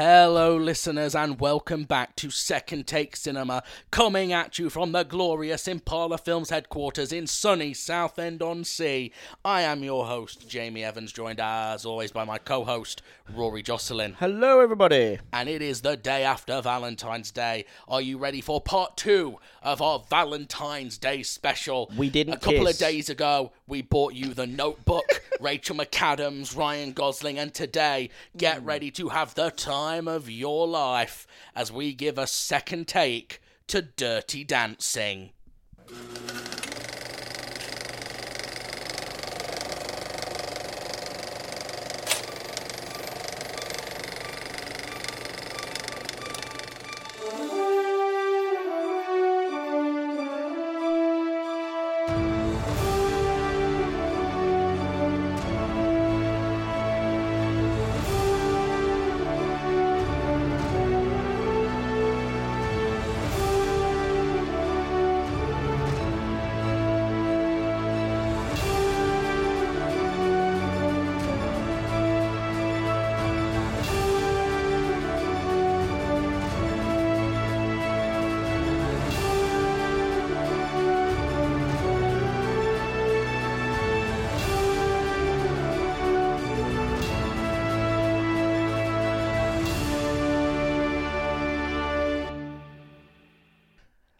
Hello, listeners, and welcome back to Second Take Cinema, coming at you from the glorious Impala Films headquarters in sunny Southend on Sea. I am your host, Jamie Evans, joined as always by my co host, Rory Jocelyn. Hello, everybody. And it is the day after Valentine's Day. Are you ready for part two of our Valentine's Day special? We didn't A couple kiss. of days ago, we bought you The Notebook, Rachel McAdams, Ryan Gosling, and today, get Mm. ready to have the time of your life as we give a second take to Dirty Dancing.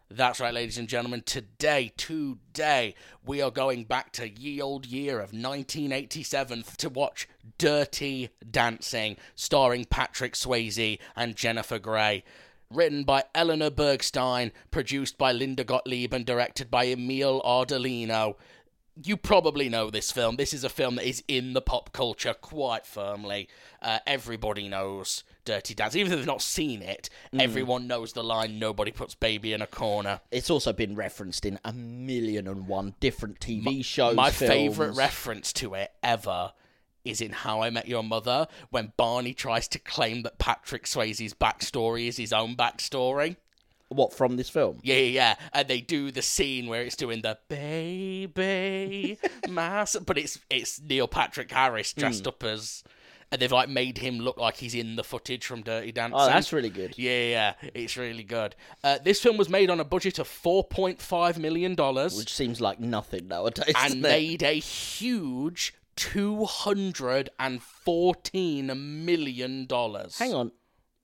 That's right, ladies and gentlemen. Today, today, we are going back to ye old year of 1987 to watch Dirty Dancing, starring Patrick Swayze and Jennifer Grey. Written by Eleanor Bergstein, produced by Linda Gottlieb, and directed by Emil Ardolino. You probably know this film. This is a film that is in the pop culture quite firmly. Uh, everybody knows Dirty Dancing. Even if they've not seen it, everyone knows the line nobody puts baby in a corner. It's also been referenced in a million and one different TV shows. My films. favorite reference to it ever is in How I Met Your Mother when Barney tries to claim that Patrick Swayze's backstory is his own backstory. What from this film? Yeah, yeah, yeah. And they do the scene where it's doing the baby mass, but it's it's Neil Patrick Harris dressed Hmm. up as, and they've like made him look like he's in the footage from Dirty Dancing. Oh, that's really good. Yeah, yeah, yeah. it's really good. Uh, this film was made on a budget of four point five million dollars. Which seems like nothing nowadays. and doesn't it? made a huge two hundred and fourteen million dollars. Hang on.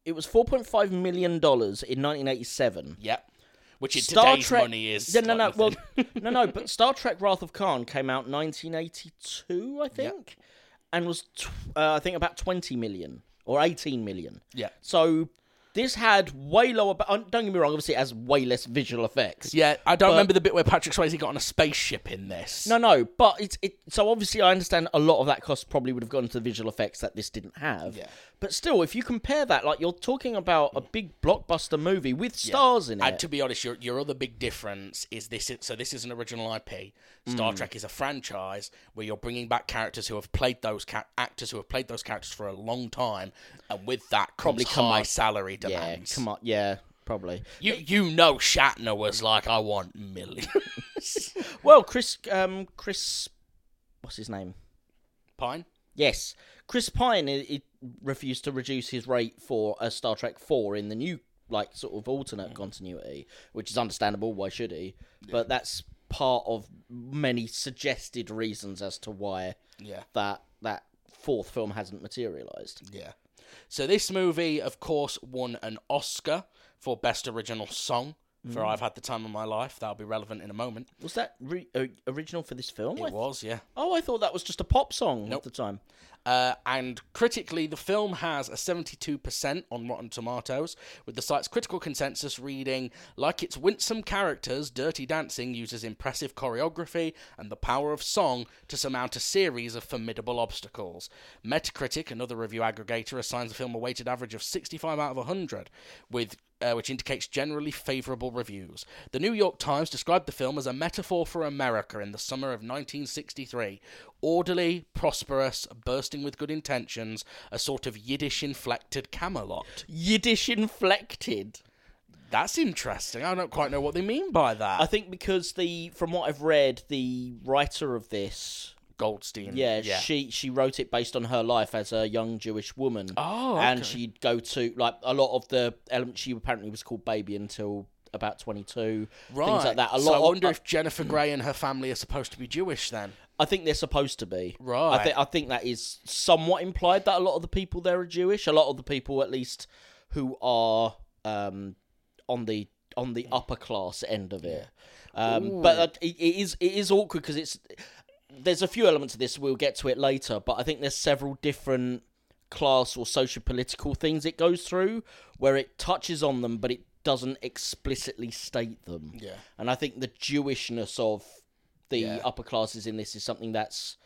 It was four point five million dollars in nineteen eighty seven. Yep. Which in Star today's Trek. money is yeah, no, like no. nothing. Well, no, no. But Star Trek: Wrath of Khan came out nineteen eighty two, I think, and was tw- uh, I think about twenty million or eighteen million. yeah. So this had way lower. bu- uh, Don't get me wrong. Obviously, it has way less visual effects. Yeah, I don't remember the bit where Patrick Swayze got on a spaceship in this. No, no, but it's it. So obviously, I understand a lot of that cost probably would have gone to the visual effects that this didn't have. Yeah. But still, if you compare that, like you're talking about a big blockbuster movie with stars in it. And to be honest, your your other big difference is this. Is, so this is an original IP. Hmm. Star Trek is a franchise where you're bringing back characters who have played those ca- actors who have played those characters for a long time, and with that comes Probably come high up- salary yeah, demands. Ah, come on, yeah, probably. You you know Shatner was like, I want millions. Well, Chris, um, Chris, what's his name? Pine. Yes, Chris Pine i i refused to reduce his rate for a Star Trek four in the new like sort of alternate Mm. continuity, which is understandable. Why should he? But that's part of many suggested reasons as to why Yeah. that that fourth film hasn't materialized. Yeah. So this movie, of course, won an Oscar for Best Original Song Hmm. for "I've Had the Time of My Life." That'll be relevant in a moment. Was that re- uh, original for this film? I It th- was, yeah. oh, I thought that was just a pop song Nope. at the time. Uh, and critically, the film has a 72% on Rotten Tomatoes, with the site's critical consensus reading Like its winsome characters, Dirty Dancing uses impressive choreography and the power of song to surmount a series of formidable obstacles. Metacritic, another review aggregator, assigns the film a weighted average of 65 out of 100, with uh, which indicates generally favourable reviews. The New York Times described the film as a metaphor for America in the summer of 1963 orderly, prosperous, bursting with good intentions, a sort of Yiddish inflected Camelot. Yiddish inflected. That's interesting. I don't quite know what they mean by that. I think because the from what I've read, the writer of this Goldstein. Yeah, she she wrote it based on her life as a young Jewish woman. Oh, and okay. she'd go to like a lot of the elements. She apparently was called baby until about twenty two, right. things like that. A lot. so I of- uh, hmm. wonder if Jennifer Grey and her family are supposed to be Jewish then. I think they're supposed to be. Right. I think I think that is somewhat implied that a lot of the people there are Jewish. A lot of the people, at least, who are um, on the on the upper class end of it. Um, but uh, it, it is it is awkward because it's there's a few elements of this. We'll get to it later, but I think there's several different class or social political things it goes through where it touches on them, but it doesn't explicitly state them. Yeah. And I think the Jewishness of the upper classes in this is something that's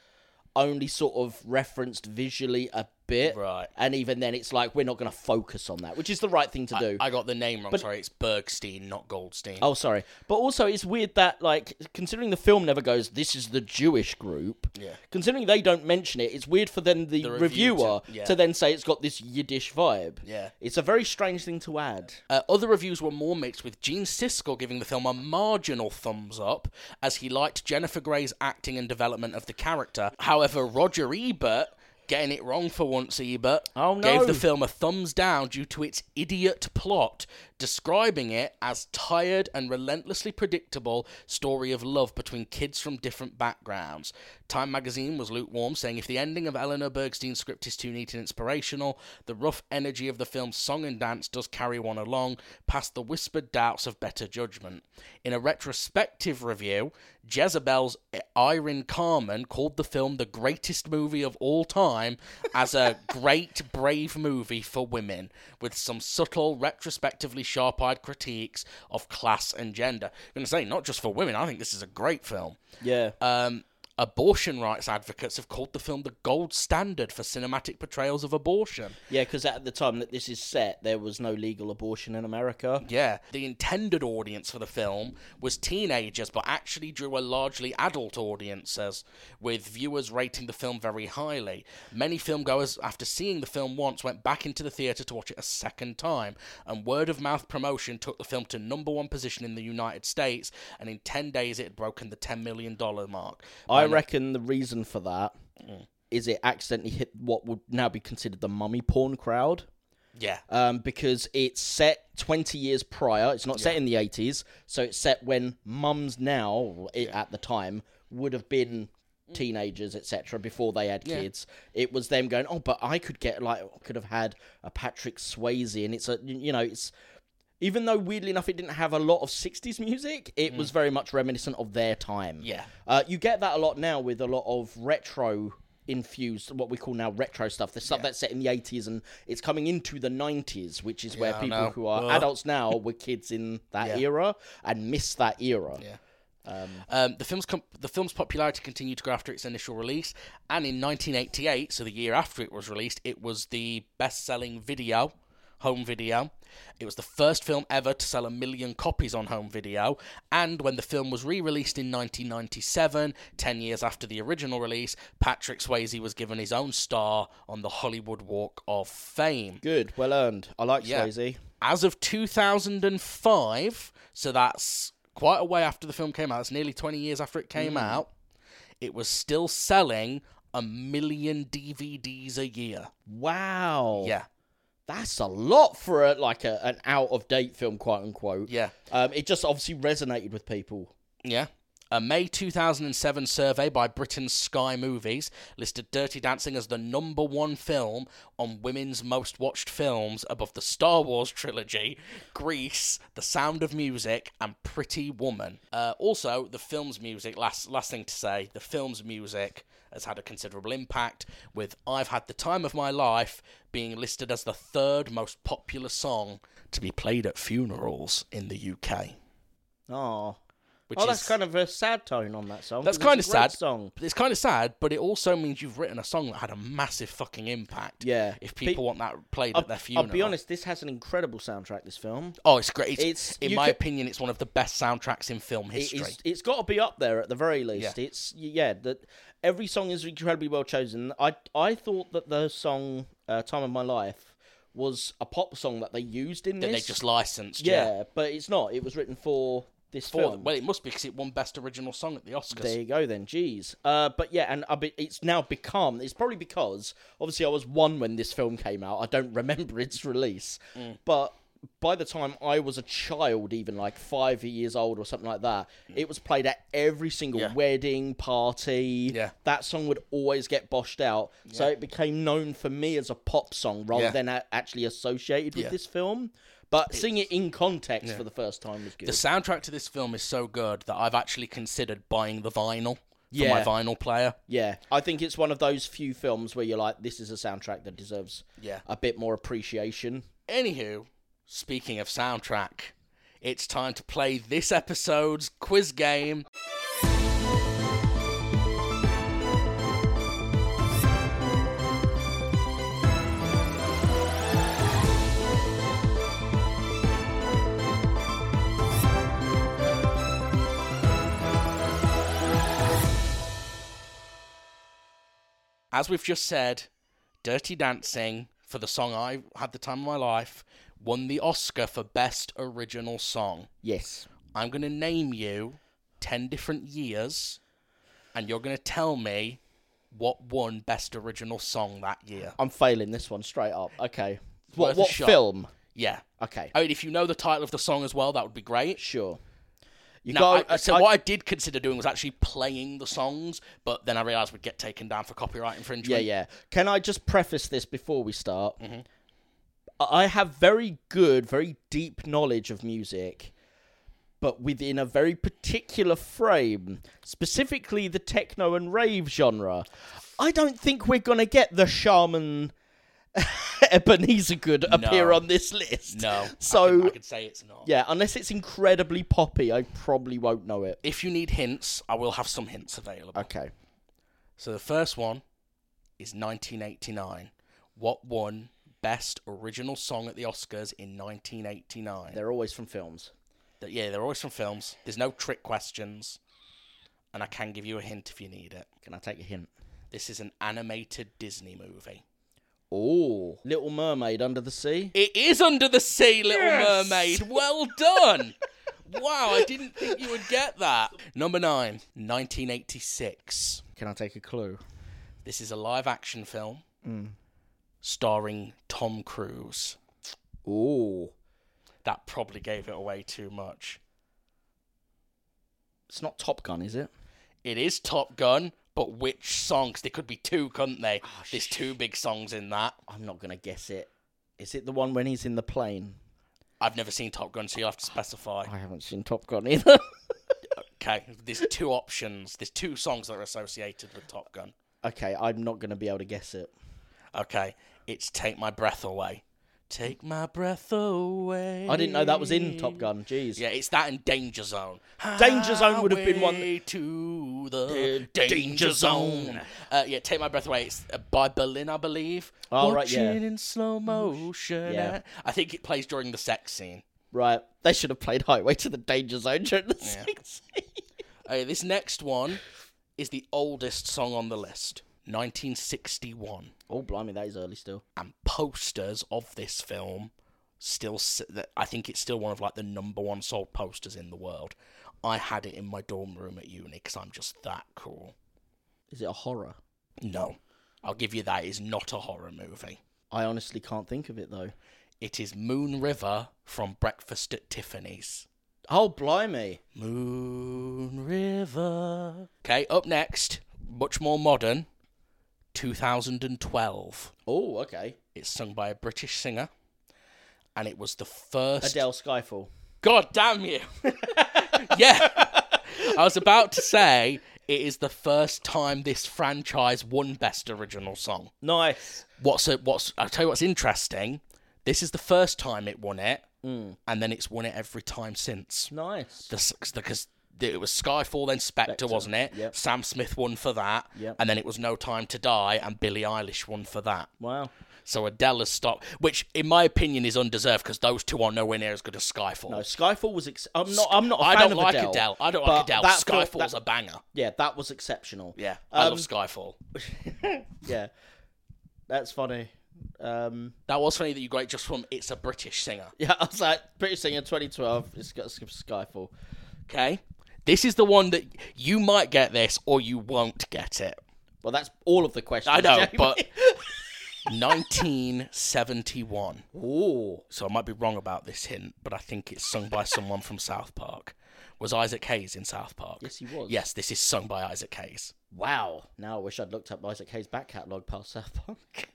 only sort of referenced visually a bit. Right. And even then, it's like, we're not going to focus on that, which is the right thing to do. I got the name wrong. Sorry, it's Bergstein, not Goldstein. oh, sorry. But also, it's weird that, like, considering the film never goes, this is the Jewish group. Yeah. Considering they don't mention it, it's weird for then review the, to- reviewer to, yeah. then say it's got this Yiddish vibe. Yeah. It's a very strange thing to add. Uh, other reviews were more mixed, with Gene Siskel giving the film a marginal thumbs up as he liked Jennifer Grey's acting and development of the character. However, Roger Ebert, getting it wrong for once, Ebert, Oh, no. gave the film a thumbs down due to its idiot plot, describing it as tired and relentlessly predictable story of love between kids from different backgrounds. Time magazine was lukewarm, saying if the ending of Eleanor Bergstein's script is too neat and inspirational, the rough energy of the film's song and dance does carry one along past the whispered doubts of better judgment. In a retrospective review, Jezebel's Irene Carmen called the film the greatest movie of all time as a great, brave movie for women, with some subtle, retrospectively sharp eyed critiques of class and gender. I'm going to say, not just for women, I think this is a great film. Yeah. Um, abortion rights advocates have called the film the gold standard for cinematic portrayals of abortion. Yeah, because at the time that this is set, there was no legal abortion in America. Yeah. The intended audience for the film was teenagers, but actually drew a largely adult audiences, with viewers rating the film very highly. Many filmgoers, after seeing the film once, went back into the theatre to watch it a second time, and word of mouth promotion took the film to number one position in the United States, and in 10 days it had broken the $10 million mark. I reckon the reason for that is it accidentally hit what would now be considered the mummy porn crowd. Yeah. Um, because it's set 20 years prior. It's not set in the 80s. So it's set when mums now, or i at the time, would have been teenagers, etc., before they had kids. It was them going, oh, but I could get, like, could have had a Patrick Swayze. And it's a, you know, it's. Even though weirdly enough it didn't have a lot of 60s music, it was very much reminiscent of their time. Mm. Yeah. Uh, you get that a lot now with a lot of retro infused, what we call now retro stuff, the stuff that's set in the 80s and it's coming into the 90s, which is where I people know. who are Ugh. adults now were kids in that Yeah. era and miss that era. Yeah. Um, the film's com- the film's popularity continued to grow after its initial release, and in 1988, so the year after it was released, it was the best-selling video, home video. It was the first film ever to sell a million copies on home video, and when the film was re-released in 1997, ten years after the original release, Patrick Swayze was given his own star on the Hollywood Walk of Fame. Good, well earned. I like Yeah. Swayze. As of 2005, so that's quite a way after the film came out, it's nearly 20 years after it came out, it was still selling a million DVDs a year. Wow. Yeah, That's a lot for a, like a, an out of date film, quote unquote. yeah, Um, it just obviously resonated with people. yeah. A May 2007 survey by Britain's Sky Movies listed Dirty Dancing as the number one film on women's most watched films above the Star Wars trilogy, Grease, The Sound of Music, and Pretty Woman. Uh, also, the film's music, last, last thing to say, the film's music has had a considerable impact, with I've Had the Time of My Life being listed as the third most popular song to be played at funerals in the UK. Oh. Which Oh, is, that's kind of a sad tone on that song. That's 'cause kind of it's a great sad. song. It's kind of sad, but it also means you've written a song that had a massive fucking impact. Yeah. If Pe- people want that played at their I'll funeral. be honest, this has an incredible soundtrack, this film. Oh, it's great. It's, It's- in you my could- opinion, it's one of the best soundtracks in film history. It's, it's got to be up there at the very least. It's yeah, that every song is incredibly well chosen. I I thought that the song uh, "Time of My Life" was a pop song that they used in They this. just licensed. Yeah. yeah, but it's not. It was written for this for film. them. Well, it must be because it won Best Original Song at the Oscars. There you go then. Jeez. Uh, but yeah, and I be, it's now become. It's probably because obviously I was one when this film came out. I don't remember its release, Mm. but by the time I was a child, even like five years old or something like that, it was played at every single Mm. Yeah. wedding party. Yeah. that song would always get boshed out, so it became known for me as a pop song rather Yeah. than a- actually associated with Yeah. this film. But seeing it in context for the first time was good. The soundtrack to this film is so good that I've actually considered buying the vinyl for my Yeah. vinyl player. Yeah, I think it's one of those few films where you're like, this is a soundtrack that deserves Yeah. a bit more appreciation. Anywho, speaking of soundtrack, it's time to play this episode's quiz game. As we've just said, Dirty Dancing for the song I had the time of my life won the Oscar for best original song. Yes. I'm going to name you 10 different years and you're going to tell me what won best original song that year. I'm failing this one straight up. Okay. worth What, a what shot. film? Yeah. Okay. I mean, if you know the title of the song as well, that would be great. Sure. You Now, got. I- so what I did consider doing was actually playing the songs, but then I realised we'd get taken down for copyright yeah, infringement. yeah. Can I just preface this before we start? I I have very good, very deep knowledge of music, but within a very particular frame, specifically the techno and rave genre. I don't think we're going to get the shaman Ebenezer Good appear on this list. No. I So, could, I could say it's not. yeah, unless it's incredibly poppy, I probably won't know it. If you need hints, I will have some hints available. Okay. So the first one is 1989. What won Best Original Song at the Oscars in 1989? They're always from films. Th- yeah, they're always from films. There's no trick questions. And I can give you a hint if you need it. Can I take a hint? This is an animated Disney movie. Oh, Little Mermaid Under the Sea. It is Under the Sea, Little Mermaid. Well done. wow, I didn't think you would get that. Number nine, 1986. Can I take a clue? This is a live action film Mm. starring Tom Cruise. Ooh. that probably gave it away too much. It's not Top Gun, is it? It is Top Gun, but which songs? There could be two, couldn't they? Ah, There's two big songs in that. I'm not going to guess it. Is it the one when he's in the plane? I've never seen Top Gun, so you'll have to specify. I haven't seen Top Gun either. Okay, there's two options. There's two songs that are associated with Top Gun. okay, I'm not going to be able to guess it. Okay, it's Take My Breath Away. Take My Breath Away. I didn't know that was in Top Gun. Jeez. Yeah, it's that in Danger Zone. Danger Zone would have been one- Highway To the The danger, Danger Zone. Zone. Uh, yeah, take my breath away. It's uh, by Berlin, I believe. Oh, right, Watching yeah. in slow motion. Yeah. I think it plays during the sex scene. Right. They should have played Highway to the Danger Zone during the Yeah. sex Uh, this next one is the oldest song on the list, 1961, Oh, blimey, that is early still. and posters of this film still. s- that- I think it's still one of like the number one sold posters in the world. I had it in my dorm room at uni because I'm just that cool. Is it a horror? No. I'll give you that. It's not a horror movie. I honestly can't think of it, though. It is Moon River from Breakfast at Tiffany's. Oh, blimey. Moon River. Okay, up next, much more modern, 2012. Oh, okay. It's sung by a British singer, and it was the first. Adele Skyfall. God damn you! yeah. I was about to say it is the first time this franchise won Best Original Song. Nice. what's what's I'll tell you what's interesting. This is the first time it won it, and then it's won it every time since. Nice. The because it was Skyfall, then Spectre, wasn't it? yep. Sam Smith won for that, Yep. and then it was No Time to Die, and Billie Eilish won for that. Wow. So Adele has stopped, which in my opinion is undeserved because those two are nowhere near as good as Skyfall. No, Skyfall was. Ex- I'm not. I'm not. A I fan don't of like Adele. Adele. I don't but like Adele. that fil- Skyfall's that- Um, a banger. yeah, that was exceptional. Yeah, I love Skyfall. Yeah, that's funny. Um, That was funny that you got it just from it's a British singer. yeah, I was like British singer 2012. It's got Skyfall. Okay. This is the one that you might get this or you won't get it. Well, that's all of the questions. I know, Jamie. but 1971. Ooh. So I might be wrong about this hint, but I think it's sung by someone from South Park. Was Isaac Hayes in South Park? Yes, he was. Yes, this is sung by Isaac Hayes. Wow. Now I wish I'd looked up Isaac Hayes' back catalogue past South Park.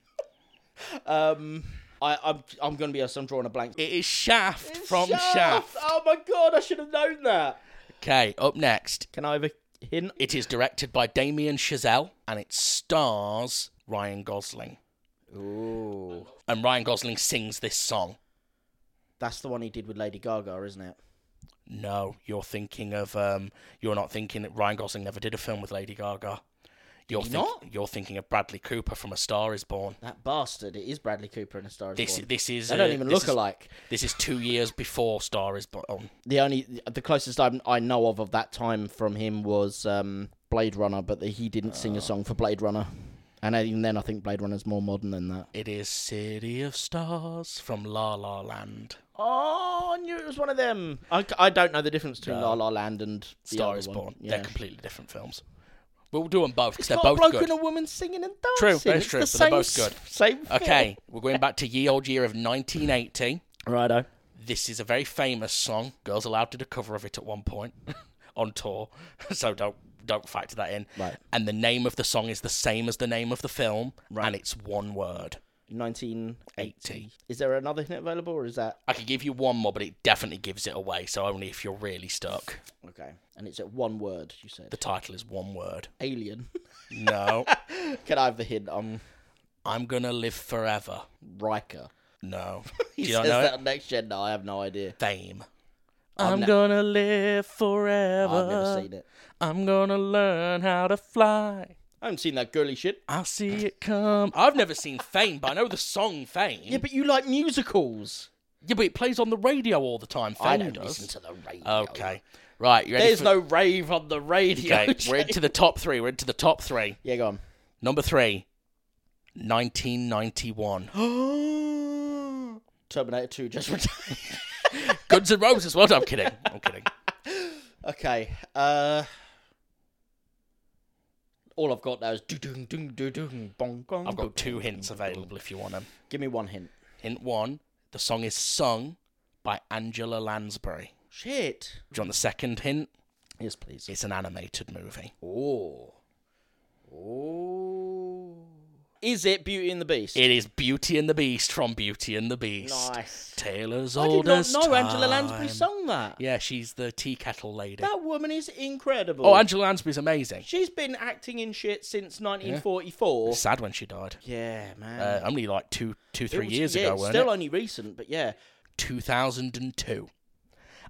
um, I, I'm I'm gonna be honest. I'm drawing a blank. It is Shaft from Shaft. Oh my god! I should have known that. Okay, up next. Can I have a hint? It is directed by Damien Chazelle and it stars Ryan Gosling. Ooh. And Ryan Gosling sings this song. That's the one he did with Lady Gaga, isn't it? No, you're thinking of um you're not thinking that Ryan Gosling never did a film with Lady Gaga. You're he think- not? you're thinking of Bradley Cooper from A Star is Born. That bastard. It is Bradley Cooper in A Star Is This Born. this is They don't uh, even this look is- alike. This is 2 years before Star is Born. The only, the closest I, I know of of that time from him was um, Blade Runner, but the, he didn't sing Oh. a song for Blade Runner. And even then, I think Blade Runner's more modern than that. It is City of Stars from La La Land. Oh, I knew it was one of them. I, c- I don't know the difference between La La Land and the Star other is one. Born. Yeah. They're completely different films. We'll do them both because they're Got a both bloke good. and a woman singing and True, dancing. that is It's true, the but they're same both good. s- Same. Thing. Okay, we're going back to ye old year of 1980. Righto. This is a very famous song. Girls Aloud did a cover of it at one point on tour, so don't don't factor that in. Right. And the name of the song is the same as the name of the film, and it's one word. 1980. 80. Is there another hint available, or is that I could give you one more, but it definitely gives it away. So only if you're really stuck. okay? And it's at one word. You said The title is one word. alien. No, Can I have the hint? I'm I'm gonna live forever. Riker. No, He do you not says know it? that on next gen. No, I have no idea. Fame. I've I'm ne- gonna live forever. I've never seen it. I'm gonna learn how to fly. I haven't seen that girly shit. I see it come. I've never seen Fame, but I know the song Fame. Yeah, but you like musicals. Yeah, but it plays on the radio all the time. Fame I don't does. listen to the radio. okay, right. You ready There's for- no rave on the radio. Okay, we're Jay. into the top three. We're into the top three. Yeah, go on. Number three, 1991. Terminator 2 just retired. Guns N' Roses. Well done. I'm kidding. I'm kidding. okay. Uh, all I've got now is doo doo doo doo doo bong gong. I've got two hints available if you want them. Give me one hint. Hint one: the song is sung by Angela Lansbury. Shit. Do you want the second hint? Yes, please. It's an animated movie. Oh. Oh. Is it Beauty and the Beast? It is Beauty and the Beast from Beauty and the Beast. nice. Taylor's I did not oldest. know Angela time. Lansbury sung that. Yeah, she's the tea kettle lady. That woman is incredible. Oh, Angela Lansbury's amazing. She's been acting in shit since 1944. Sad when she died. Yeah, man. Uh, only like two, two, It three was- years yeah, ago, it's weren't Still it? only recent, but yeah. 2002.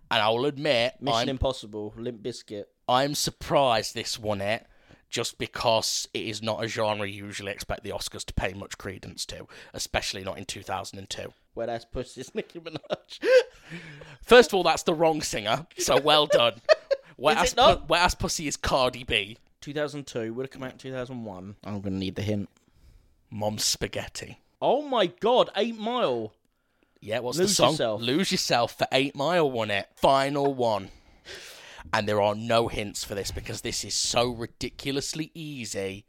And I will admit, Mission I'm, Impossible, Limp Biscuit. I'm surprised this won it, just because it is not a genre you usually expect the Oscars to pay much credence to, especially not in 2002. Where that's pussy is Nicki Minaj. First of all, that's the wrong singer, so well done. Wet Is Ass it not? Pu- Wet Ass Pussy is Cardi B. 2002 would have come out in 2001. I'm gonna need the hint. Mom's Spaghetti. Oh my god, Eight Mile. Yeah, what's the Lose song? Yourself. Lose Yourself for Eight Mile won it. Final one. And there are no hints for this because this is so ridiculously easy.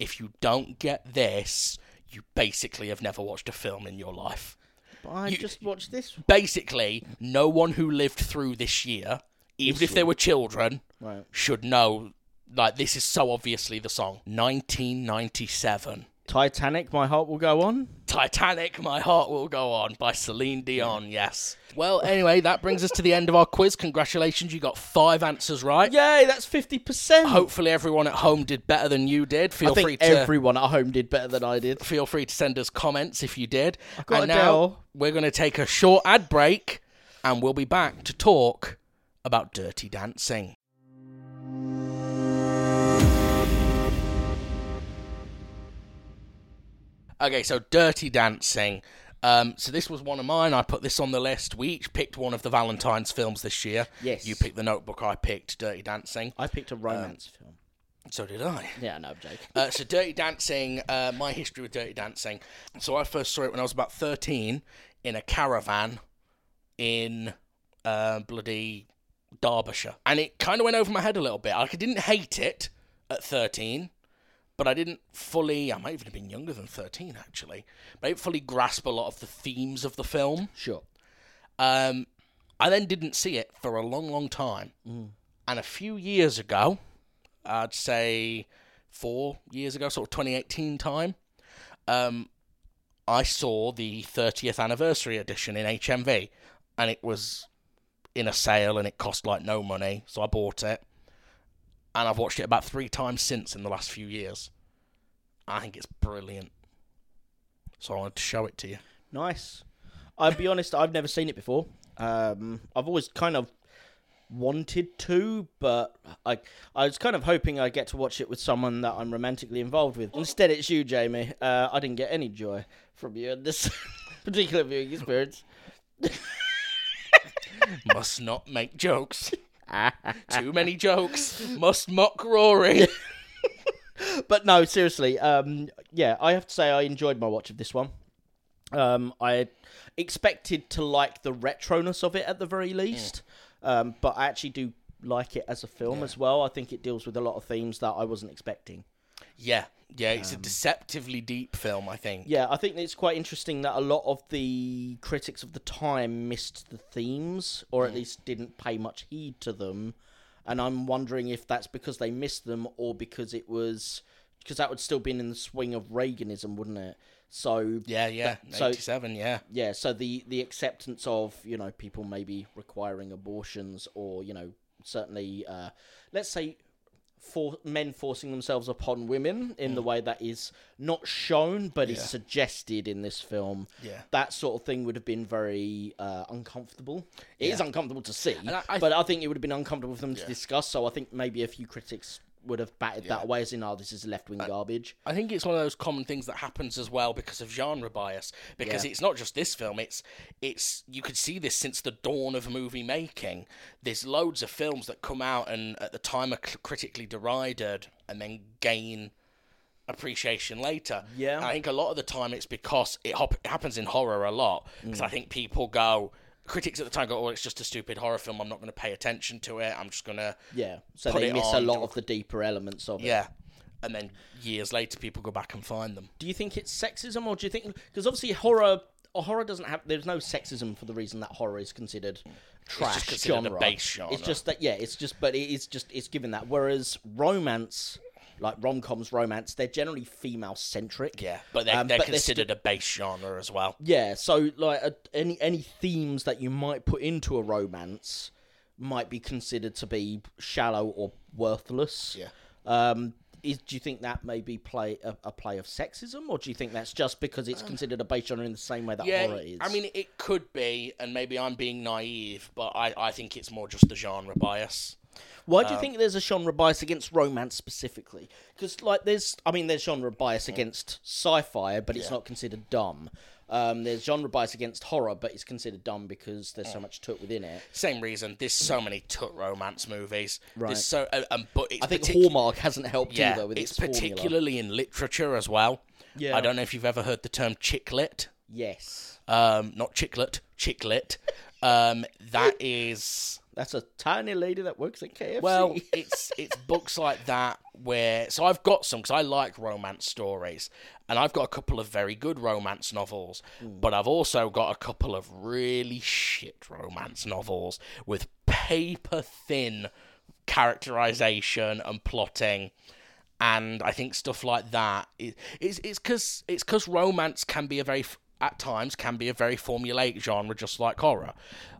If you don't get this, you basically have never watched a film in your life. But I You- just watched this. one. Basically, no one who lived through this year, even if they were children, Right. should know. Like, this is so obviously the song. 1997. Titanic, my heart will go on. Titanic, My Heart Will Go On by Celine Dion, yes. Well, anyway, that brings us to the end of our quiz. Congratulations, you got five answers right. Yay, that's 50%. Hopefully, everyone at home did better than you did. Feel I think free to. everyone at home did better than I did. Feel free to send us comments if you did. got and now Adele. we're going to take a short ad break and we'll be back to talk about dirty dancing. Okay, so Dirty Dancing. Um, so this was one of mine. I put this on the list. We each picked one of the Valentine's films this year. Yes. You picked The Notebook. I picked Dirty Dancing. I picked a romance film. So did I. Yeah, no, I'm joking. Uh, so Dirty Dancing, uh, my history with Dirty Dancing. So I first saw it when I was about 13 in a caravan in uh, bloody Derbyshire. And it kind of went over my head a little bit. Like, I didn't hate it at 13, but I didn't fully, I might even have been younger than 13, actually, but I didn't fully grasp a lot of the themes of the film. Sure. Um, I then didn't see it for a long, long time. And a few years ago, I'd say four years ago, sort of 2018 time, um, I saw the 30th anniversary edition in HMV. And it was in a sale and it cost like no money. So I bought it. And I've watched it about three times since in the last few years. I think it's brilliant. So I wanted to show it to you. Nice. I'll be honest, I've never seen it before. Um, I've always kind of wanted to, but I I was kind of hoping I get to watch it with someone that I'm romantically involved with. Instead, it's you, Jamie. Uh, I didn't get any joy from you in this particular viewing experience. Must not make jokes. Too many jokes. Must mock Rory. But no, seriously, um, yeah, I have to say I enjoyed my watch of this one. Um, I expected to like the retroness of it at the very least, um, but I actually do like it as a film as well. I think it deals with a lot of themes that I wasn't expecting. yeah, yeah, it's a deceptively deep film, I think. Um, Yeah, I think it's quite interesting that a lot of the critics of the time missed the themes, or at least didn't pay much heed to them. And I'm wondering if that's because they missed them, or because it was because that would still been in the swing of Reaganism, wouldn't it? So Yeah, yeah. so- 87, yeah. yeah, so the the acceptance of you know people maybe requiring abortions, or you know certainly uh, let's say for men forcing themselves upon women in the way that is not shown but is Mm. Yeah. suggested in this film. Yeah. That sort of thing would have been very uh, uncomfortable. It is uncomfortable to see, I- I- but I think it would have been uncomfortable for them to discuss. So I think maybe a few critics would have batted that away as in, oh, this is left wing garbage. I think it's one of those common things that happens as well because of genre bias. Because Yeah. it's not just this film; it's it's you could see this since the dawn of movie making. There's loads of films that come out and at the time are cl- critically derided and then gain appreciation later. Yeah. I think a lot of the time it's because it, hop- it happens in horror a lot. Because Mm. I think people go. Critics at the time go, "Oh, it's just a stupid horror film. I'm not going to pay attention to it. I'm just going to Yeah, so Put they it miss a on, lot don't- of the deeper elements of it. yeah." And then years later, people go back and find them. do you think it's sexism or do you think because obviously horror or horror doesn't have there's no sexism for the reason that horror is considered trash considered a genre. base genre. It's just that yeah, it's just but it is just it's given that. Whereas romance, like rom coms, romance, they're generally female centric. Yeah, but they're, Um, they're but they're considered a base genre as well. Yeah, so like uh, any any themes that you might put into a romance might be considered to be shallow or worthless. Yeah. Um, is, do you think that may be play a, a play of sexism, or do you think that's just because it's considered a base genre in the same way that Uh. Yeah, horror is? I mean, it could be, and maybe I'm being naive, but I, I think it's more just the genre bias. why um, do you think there's a genre bias against romance specifically? Because like there's, I mean, there's genre Mm. bias against sci-fi, but it's not considered dumb. Um, there's genre bias against horror, but it's considered dumb because there's so Mm. much to it within it. Same reason. There's so many tut romance movies. Right. There's so, uh, um, but it's I think partic- Hallmark hasn't helped yeah, either with it's its, formula. particularly in literature as well. Yeah. I don't know if you've ever heard the term chicklet. Yes, Um, not chicklet, chicklet. Um, that is that's a tiny lady that works at KFC. Well, it's it's books like that where so I've got some because I like romance stories, and I've got a couple of very good romance novels, but I've also got a couple of really shit romance novels with paper thin characterization and plotting. And I think stuff like that is it's it's because it's because romance can be a very f- at times can be a very formulaic genre, just like horror.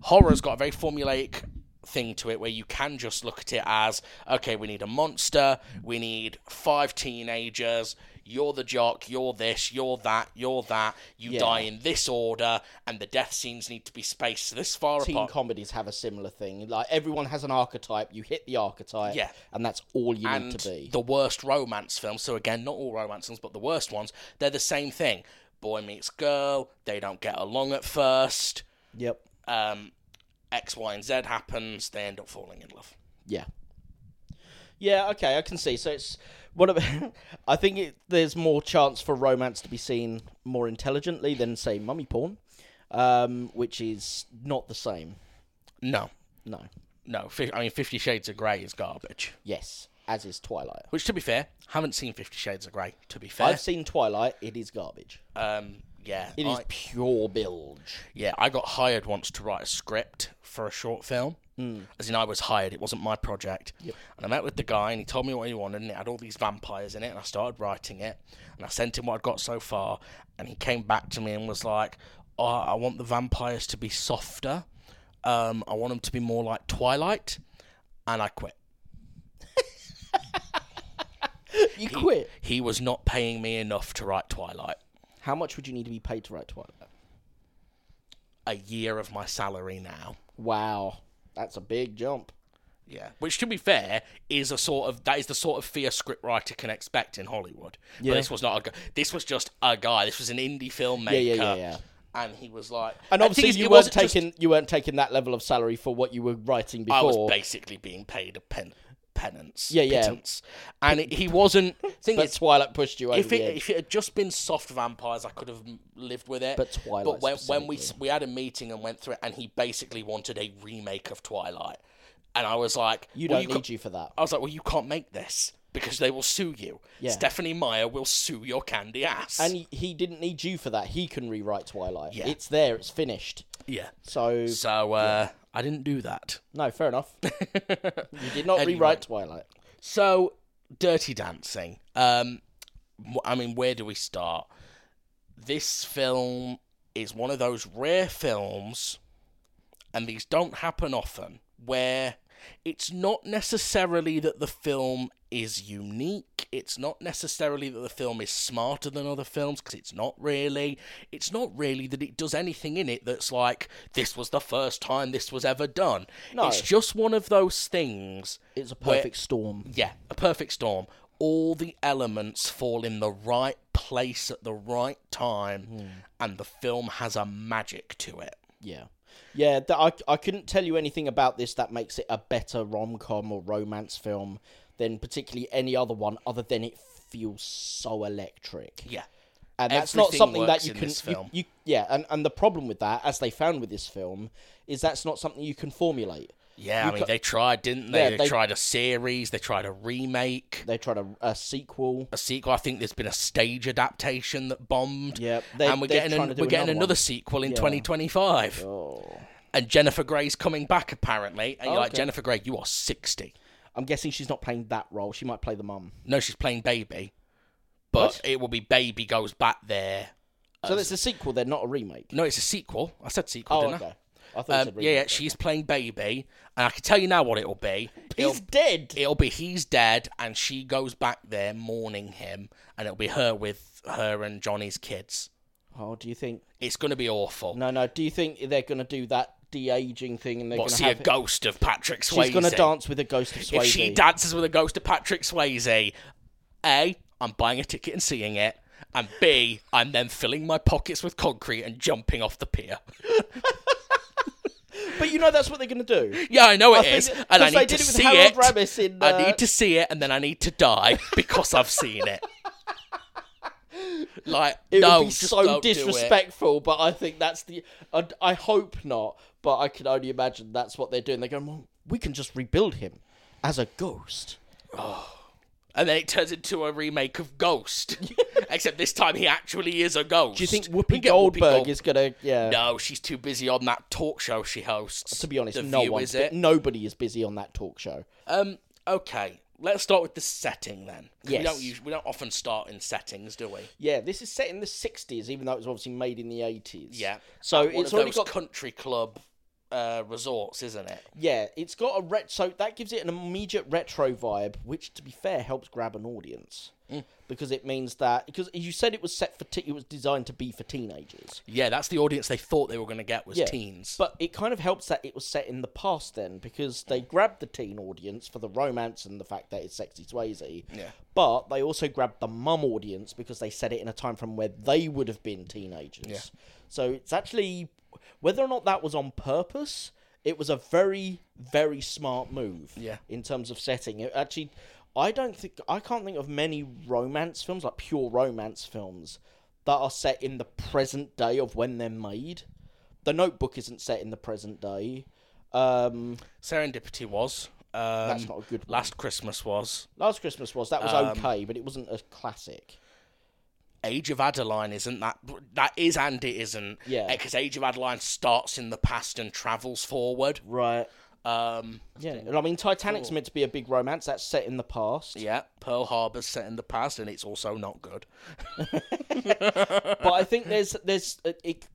Horror's got a very formulaic thing to it where you can just look at it as okay we need a monster we need five teenagers you're the jock you're this you're that you're that you die in this order and the death scenes need to be spaced this far teen apart comedies have a similar thing. Like everyone has an archetype. You hit the archetype, Yeah. and that's all you and need to be. the worst romance films. So again, not all romance films, but the worst ones. They're the same thing. Boy meets girl. They don't get along at first. Yep. Um, X, Y, and Z happens. They end up falling in love. Yeah. Yeah. Okay, I can see. So it's what ab- I think it, there's more chance for romance to be seen more intelligently than say mummy porn, um, which is not the same. No, No. No, fi- I mean Fifty Shades of Grey is garbage. Yes, as is Twilight. Which, to be fair, haven't seen Fifty Shades of Grey. To be fair, I've seen Twilight. It is garbage. um, yeah, It is I- pure bilge. yeah. I got hired once to write a script for a short film. Mm. As in, I was hired. It wasn't my project. And I met with the guy, and he told me what he wanted, and it had all these vampires in it. And I started writing it, and I sent him what I'd got so far, and he came back to me and was like, oh, "I want the vampires to be softer. Um, I want them to be more like Twilight," and I quit. You quit. He was not paying me enough to write Twilight. How much would you need to be paid to write Twilight? A year of my salary now. Wow, that's a big jump. Yeah. Which, to be fair, is a sort of that is the sort of fear scriptwriter can expect in Hollywood. Yeah. But this was not. A, gu- this was just a guy. This was an indie filmmaker. yeah, yeah, yeah. And he was like, And the obviously, thing is, it you weren't wasn't just- taking you weren't taking that level of salary for what you were writing before. I was basically being paid a pen penance. Yeah, yeah. Pittance. And it, he wasn't. Thing but is, Twilight pushed you over if the it, edge. if it had just been soft vampires, I could have m- lived with it. But Twilight But when, when we s- we had a meeting and went through it, and he basically wanted a remake of Twilight, and I was like, you well, don't ca- need you for that. I was like, well, you can't make this because they will sue you. Stephanie Meyer will sue your candy ass. And he- he didn't need you for that. He can rewrite Twilight. Yeah. It's there. It's finished. yeah. So So uh, I didn't do that. no, fair enough. you did not rewrite Twilight. So Dirty Dancing. Um, wh- I mean, where do we start? This film is one of those rare films, and these don't happen often, where it's not necessarily that the film is unique. It's not necessarily that the film is smarter than other films, because it's not really. It's not really that it does anything in it that's like, this was the first time this was ever done. No. It's just one of those things It's a Where- perfect storm. yeah, a perfect storm. All the elements fall in the right place at the right time, Hmm. and the film has a magic to it. Yeah. Yeah, th- I, I couldn't tell you anything about this that makes it a better rom com or romance film than particularly any other one, other than it feels so electric. Yeah. and that's not Everything something that works you in can this you- film. You, yeah and, and the problem with that as they found with this film is that's not something you can formulate Yeah, I mean, they tried, didn't they? Yeah, they? they- tried a series, they tried a remake, they tried a, a sequel a sequel. I think there's been a stage adaptation that bombed. Yeah, they- and we're they're getting, trying an, to do we're getting another Oh. another, one. sequel in 2025. And Jennifer Grey's coming back, apparently. And you're like, okay. Jennifer Grey, you are 60. i'm guessing she's not playing that role she might play the mum No, she's playing Baby. But it will be Baby goes back there so it's a sequel then not a remake No, it's a sequel. I said sequel, oh didn't okay i thought I? you Um, said yeah, remake. yeah, she's playing baby, and I can tell you now what it'll be. It'll, he's dead it'll be he's dead, and she goes back there mourning him, and it'll be her with her and Johnny's kids. oh do you think It's gonna be awful. no no do you think they're gonna do that de-aging thing and they're What, gonna see have a ghost of Patrick Swayze? she's gonna dance with a ghost of If Swayze. she dances with a ghost of Patrick Swayze, A, I'm buying a ticket and seeing it, and B, I'm then filling my pockets with concrete and jumping off the pier. but you know that's what they're gonna do Yeah, I know it think is, that- and I 'cause they need to did it with see Harold it. Ramis in, I uh, need to see it, and then I need to die because I've seen it. Like It no, would be just so don't do it. disrespectful, but I think that's the. I, I hope not, but I can only imagine that's what they're doing. They're going, well, we can just rebuild him as a ghost. And then it turns into a remake of Ghost, except this time he actually is a ghost. Do you think We Whoopi get Whoopi Goldberg Gold- is gonna? Yeah. No, she's too busy on that talk show she hosts. To be honest, The no View, one. is it. Nobody is busy on that talk show. Um, okay, let's start with the setting then. 'Cause Yes. We don't usually, we don't often start in settings, do we? Yeah, this is set in the '60s, even though it was obviously made in the '80s. Yeah. So One it's of already those got country club uh, resorts, isn't it? yeah, it's got a ret. So that gives it an immediate retro vibe, which, to be fair, helps grab an audience because it means that because you said it was set for te- it was designed to be for teenagers. Yeah, that's the audience they thought they were going to get was Yeah, teens. But it kind of helps that it was set in the past then, because they grabbed the teen audience for the romance and the fact that it's sexy Swayze. Yeah. But they also grabbed the mum audience because they set it in a time from where they would have been teenagers. So it's actually whether or not that was on purpose, it was a very, very smart move. Yeah. In terms of setting. It actually I don't think I can't think of many romance films, like pure romance films, that are set in the present day of when they're made. The Notebook isn't set in the present day. Um, Serendipity was. Um, that's not a good one. Last Christmas was. Last Christmas was that was okay, but it wasn't a classic. Age of Adeline isn't that. That is and it isn't. Yeah. Because Age of Adeline starts in the past and travels forward. Right. Um, Yeah. I mean, Titanic's meant to be a big romance. That's set in the past. yeah, Pearl Harbor's set in the past and it's also not good. but I think there's there's uh, it,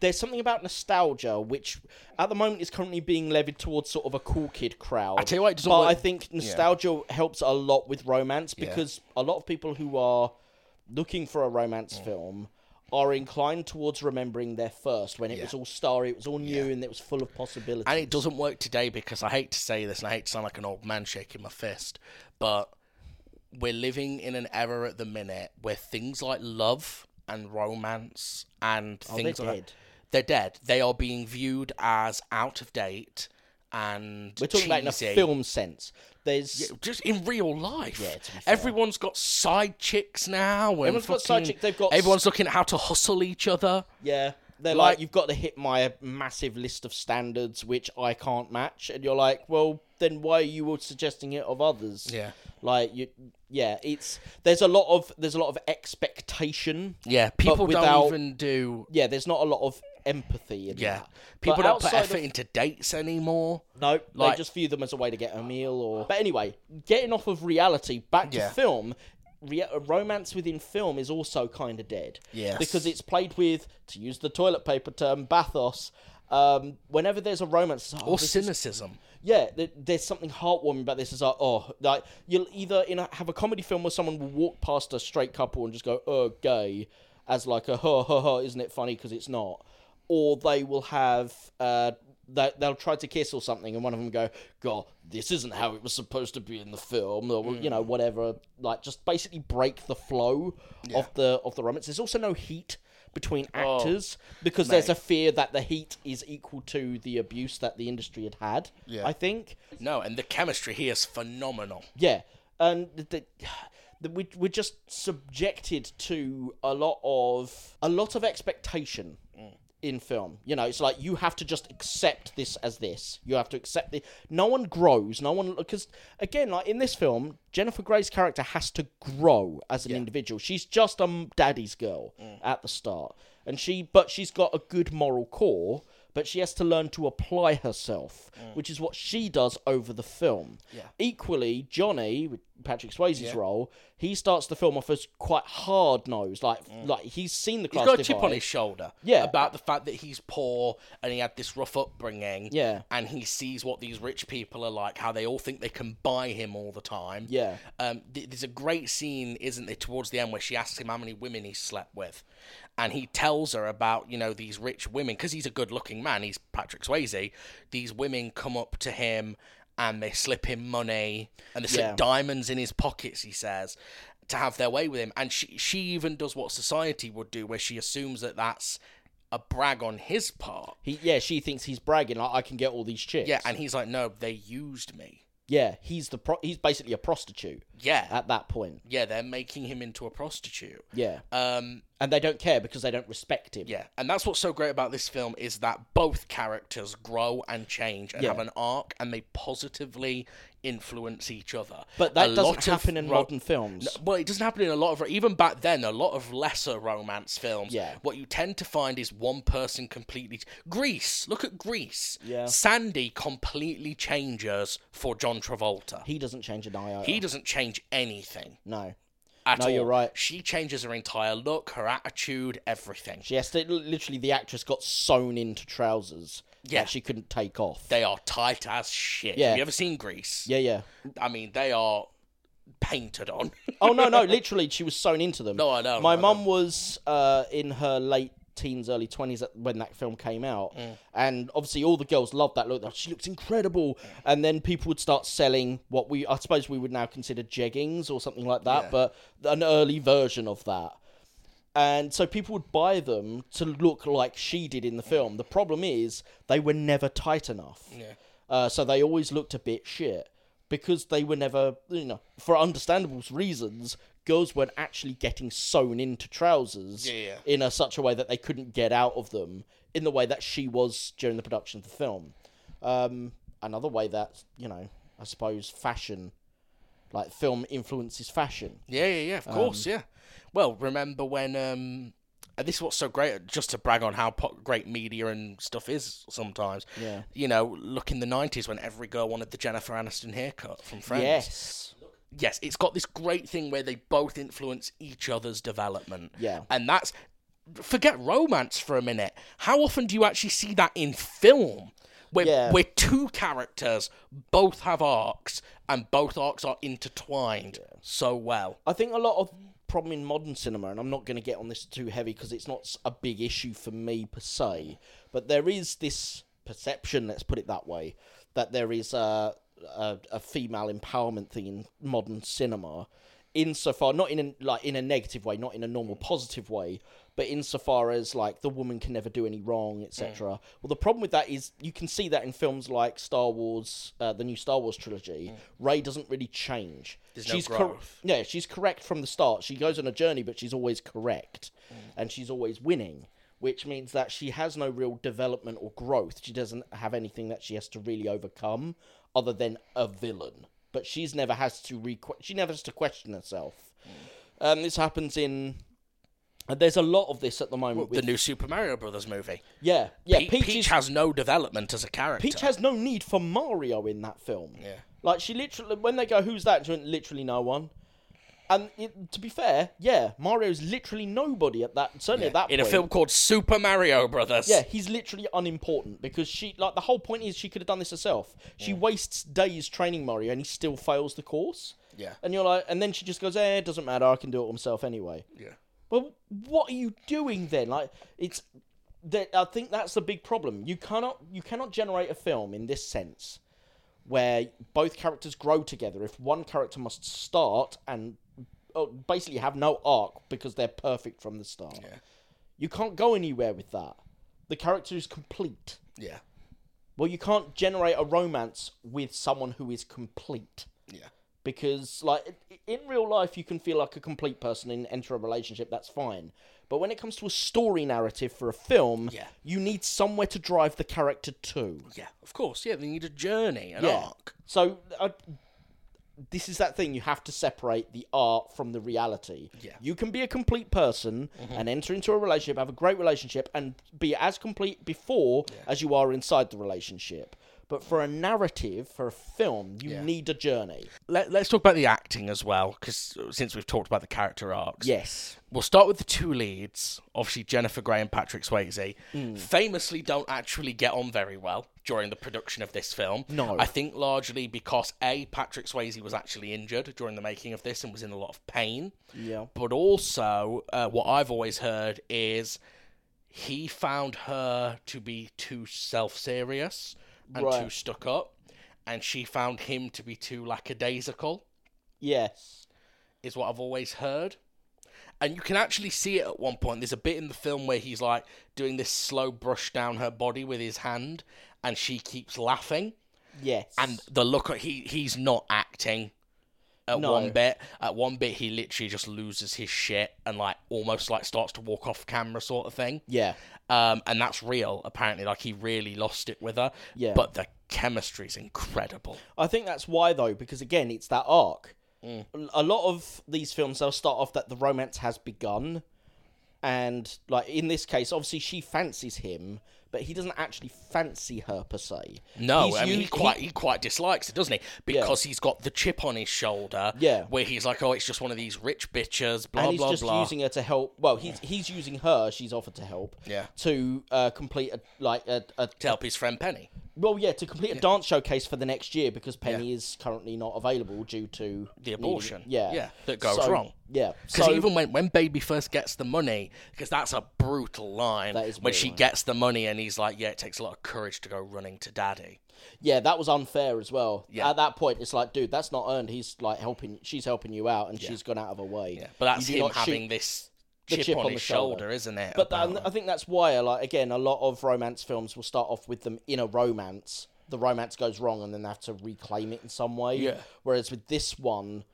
there's something about nostalgia which at the moment is currently being levied towards sort of a cool kid crowd. I tell you what, it doesn't but work- I think nostalgia helps a lot with romance because a lot of people who are looking for a Mm. romance film are inclined towards remembering their first when it was all starry, it was all new, and it was full of possibility. And it doesn't work today because I hate to say this and I hate to sound like an old man shaking my fist, but we're living in an era at the minute where things like love and romance and things like Oh, dead. that, they're dead. They are being viewed as out of date and We're talking about in a cheesy. film sense. There's just in real life. to be fair. Everyone's got side chicks now. And Everyone's got side fucking- chick- they've got Everyone's looking at how to hustle each other. Yeah. They're like, you've got to hit my uh, massive list of standards, which I can't match. And you're like, well, then why are you all suggesting it of others? Yeah. Like you, yeah. It's there's a lot of there's a lot of expectation. Yeah, but people without- don't even do. Yeah. There's not a lot of empathy in Yeah, that. people But don't put outside effort of- into dates anymore. No, they Like- just view them as a way to get a meal or. But anyway, getting off of reality back to Yeah. film, re- romance within film is also kind of dead. Yes. Because it's played with, to use the toilet paper term, bathos. Um, whenever there's a romance, it's, oh, Or this is- cynicism. yeah, th- there's something heartwarming about this. Is like, oh, like you'll either in a, have a comedy film where someone will walk past a straight couple and just go, "Oh, gay," as like a "ha ha ha," isn't it funny? Because it's not. Or they will have uh, they, they'll try to kiss or something, and one of them go, "God, this isn't how it was supposed to be in the film," or you know, whatever. Like, just basically break the flow of the of the romance. There's also no heat between actors because there's a fear that the heat is equal to the abuse that the industry had had. Yeah. I think. No, and the chemistry here is phenomenal. Yeah, and the, the, the, we we're just subjected to a lot of a lot of expectation in film. You know, it's like you have to just accept this as this. You have to accept the. No one grows. No one because again, like in this film, Jennifer Grey's character has to grow as an individual. She's just a m- daddy's girl at the start, and she but she's got a good moral core. But she has to learn to apply herself, which is what she does over the film. Mm. Yeah. Equally, Johnny, with Patrick Swayze's role, he starts the film off as quite hard nosed, like like he's seen the class Mm. He's got a chip divide. on his shoulder. Yeah. About the fact that he's poor and he had this rough upbringing. Yeah. And he sees what these rich people are like, how they all think they can buy him all the time. Yeah. Um, th- there's a great scene, isn't there, towards the end where she asks him how many women he slept with. And he tells her about, you know, these rich women, because he's a good looking man, he's Patrick Swayze. These women come up to him and they slip him money and they slip Yeah. diamonds in his pockets, he says, to have their way with him. And she, she even does what society would do, where she assumes that that's a brag on his part. He, yeah, she thinks he's bragging, like I can get all these chicks. Yeah, and he's like, no, they used me. yeah, he's the pro- he's basically a prostitute Yeah. at that point. Yeah, they're making him into a prostitute. Uh, Yeah, Um, and they don't care because they don't respect him. Yeah, and that's what's so great about this film is that both characters grow and change and Yeah. have an arc, and they positively influence each other. but that A doesn't lot of happen in ro- modern films. Well, it doesn't happen in a lot of even back then. A lot of lesser romance films. Yeah. What you tend to find is one person completely. Greece. Look at Greece. Yeah. Sandy completely changes for John Travolta. He doesn't change an iota. He doesn't change anything no, at No, all. you're right. She changes her entire look, her attitude, everything. she has to. Literally, the actress got sewn into trousers. Yeah. that she couldn't take off. They are tight as shit. Yeah. Have you ever seen Greece? yeah, yeah. I mean, they are painted on. Oh no, no, literally, she was sewn into them. No, I know, My I know. mum was uh, in her late teens, early twenties when that film came out, Mm. and obviously all the girls loved that look. Like, she looks incredible, and then people would start selling what we, I suppose, we would now consider jeggings or something like that, but an early version of that. And so people would buy them to look like she did in the film. The problem is they were never tight enough. Yeah. Uh, so they always looked a bit shit because they were never, you know, for understandable reasons, girls weren't actually getting sewn into trousers Yeah, in a, such a way that they couldn't get out of them in the way that she was during the production of the film. Um, another way that you know, I suppose fashion, like film influences fashion. Yeah, yeah, yeah. Of course, Um, yeah. Well, remember when? Um, and this is what's so great. Just to brag on how po- great media and stuff is sometimes. Yeah. You know, look in the '90s when every girl wanted the Jennifer Aniston haircut from Friends. Yes. Yes, it's got this great thing where they both influence each other's development. Yeah. And that's forget romance for a minute. How often do you actually see that in film? Where Yeah. where two characters both have arcs and both arcs are intertwined so well. I think a lot of problem in modern cinema, and I'm not going to get on this too heavy because it's not s- a big issue for me per se, but there is this perception, let's put it that way, that there is a a, a female empowerment thing in modern cinema, insofar not in a, like in a negative way, not in a normal positive way, but insofar as like the woman can never do any wrong, Mm. etc. Well, the problem with that is you can see that in films like Star Wars, uh, the new Star Wars trilogy. Ray doesn't really change. Mm. no cor- growth. yeah, she's correct from the start. She goes on a journey, but she's always correct, and she's always winning, which means that she has no real development or growth. She doesn't have anything that she has to really overcome, other than a villain. But she's never has to re- she never has to question herself. Um, this happens in. and There's a lot of this at the moment. with, the new Super Mario Brothers movie. yeah, yeah. Pe- Peach, Peach, is- has no development as a character. Peach has no need for Mario in that film. Yeah. Like she literally, when they go, "Who's that?" She went, "Literally no one." And it, to be fair, yeah, Mario's literally nobody at that. Certainly at that in a point. film called Super Mario Brothers. Yeah, he's literally unimportant because she like the whole point is she could have done this herself. She Mm. wastes days training Mario and he still fails the course. Yeah. And you're like and then she just goes, Eh, it doesn't matter, I can do it myself anyway. Yeah. Well, what are you doing then? Like it's that I think that's the big problem. You cannot you cannot generate a film in this sense where both characters grow together if one character must start and oh, basically have no arc because they're perfect from the start. You can't go anywhere with that. The character is complete. Yeah. Well, you can't generate a romance with someone who is complete Yeah. because like i- in real life you can feel like a complete person and enter a relationship that's fine but when it comes to a story narrative for a film Yeah. you need somewhere to drive the character to Yeah. Of course. Yeah. They need a journey, an arc. so uh, this is that thing you have to separate the art from the reality. Yeah. Mm-hmm. You can be a complete person and enter into a relationship, have a great relationship, and be as complete before as you are inside the relationship. But for a narrative, for a film, you need a journey. Let, let's talk about the acting as well, because since we've talked about the character arcs, Yes. we'll start with the two leads. Obviously, Jennifer Grey and Patrick Swayze Hmm. famously don't actually get on very well during the production of this film. No. I think largely because a Patrick Swayze was actually injured during the making of this and was in a lot of pain. Yeah. But also, uh, what I've always heard is he found her to be too self serious and Right. too stuck up, and she found him to be too lackadaisical, Yes. is what I've always heard. And you can actually see it at one point. There's a bit in the film where he's like doing this slow brush down her body with his hand, and she keeps laughing. Yes. And the look at he he's not acting at No. one bit. At one bit he literally just loses his shit and like almost like starts to walk off camera sort of thing. yeah. Um and that's real, apparently. Like he really lost it with her. Yeah. But the chemistry's incredible. I think that's why though, because again, it's that arc. Mm. A lot of these films they'll start off that the romance has begun, and like in this case, obviously she fancies him, but he doesn't actually fancy her per se. No, He's I mean u- he quite he, quite dislikes it, doesn't he? Because he's got the chip on his shoulder. Yeah. Where he's like, Oh, it's just one of these rich bitches, blah and he's blah just blah. using her to help. Well, he's he's using her. She's offered to help. Yeah. To uh, complete a like a, a to help his friend Penny. well, yeah, to complete a dance showcase for the next year because Penny is currently not available due to The abortion. yeah, Yeah. That goes So- wrong. Yeah. Because So even when, when Baby first gets the money, because that's a brutal line. That is a when brutal she line. gets the money and he's like, yeah, it takes a lot of courage to go running to daddy. Yeah, that was unfair as well. Yeah. At that point, it's like, dude, that's not earned. He's like helping. She's helping you out, and she's gone out of her way. But that's You do him not shoot- having this chip, chip on, on his the shoulder, shoulder. isn't it? But about- that, I think that's why, like, again, a lot of romance films will start off with them in a romance. The romance goes wrong, and then they have to reclaim it in some way. Yeah. Whereas with this one,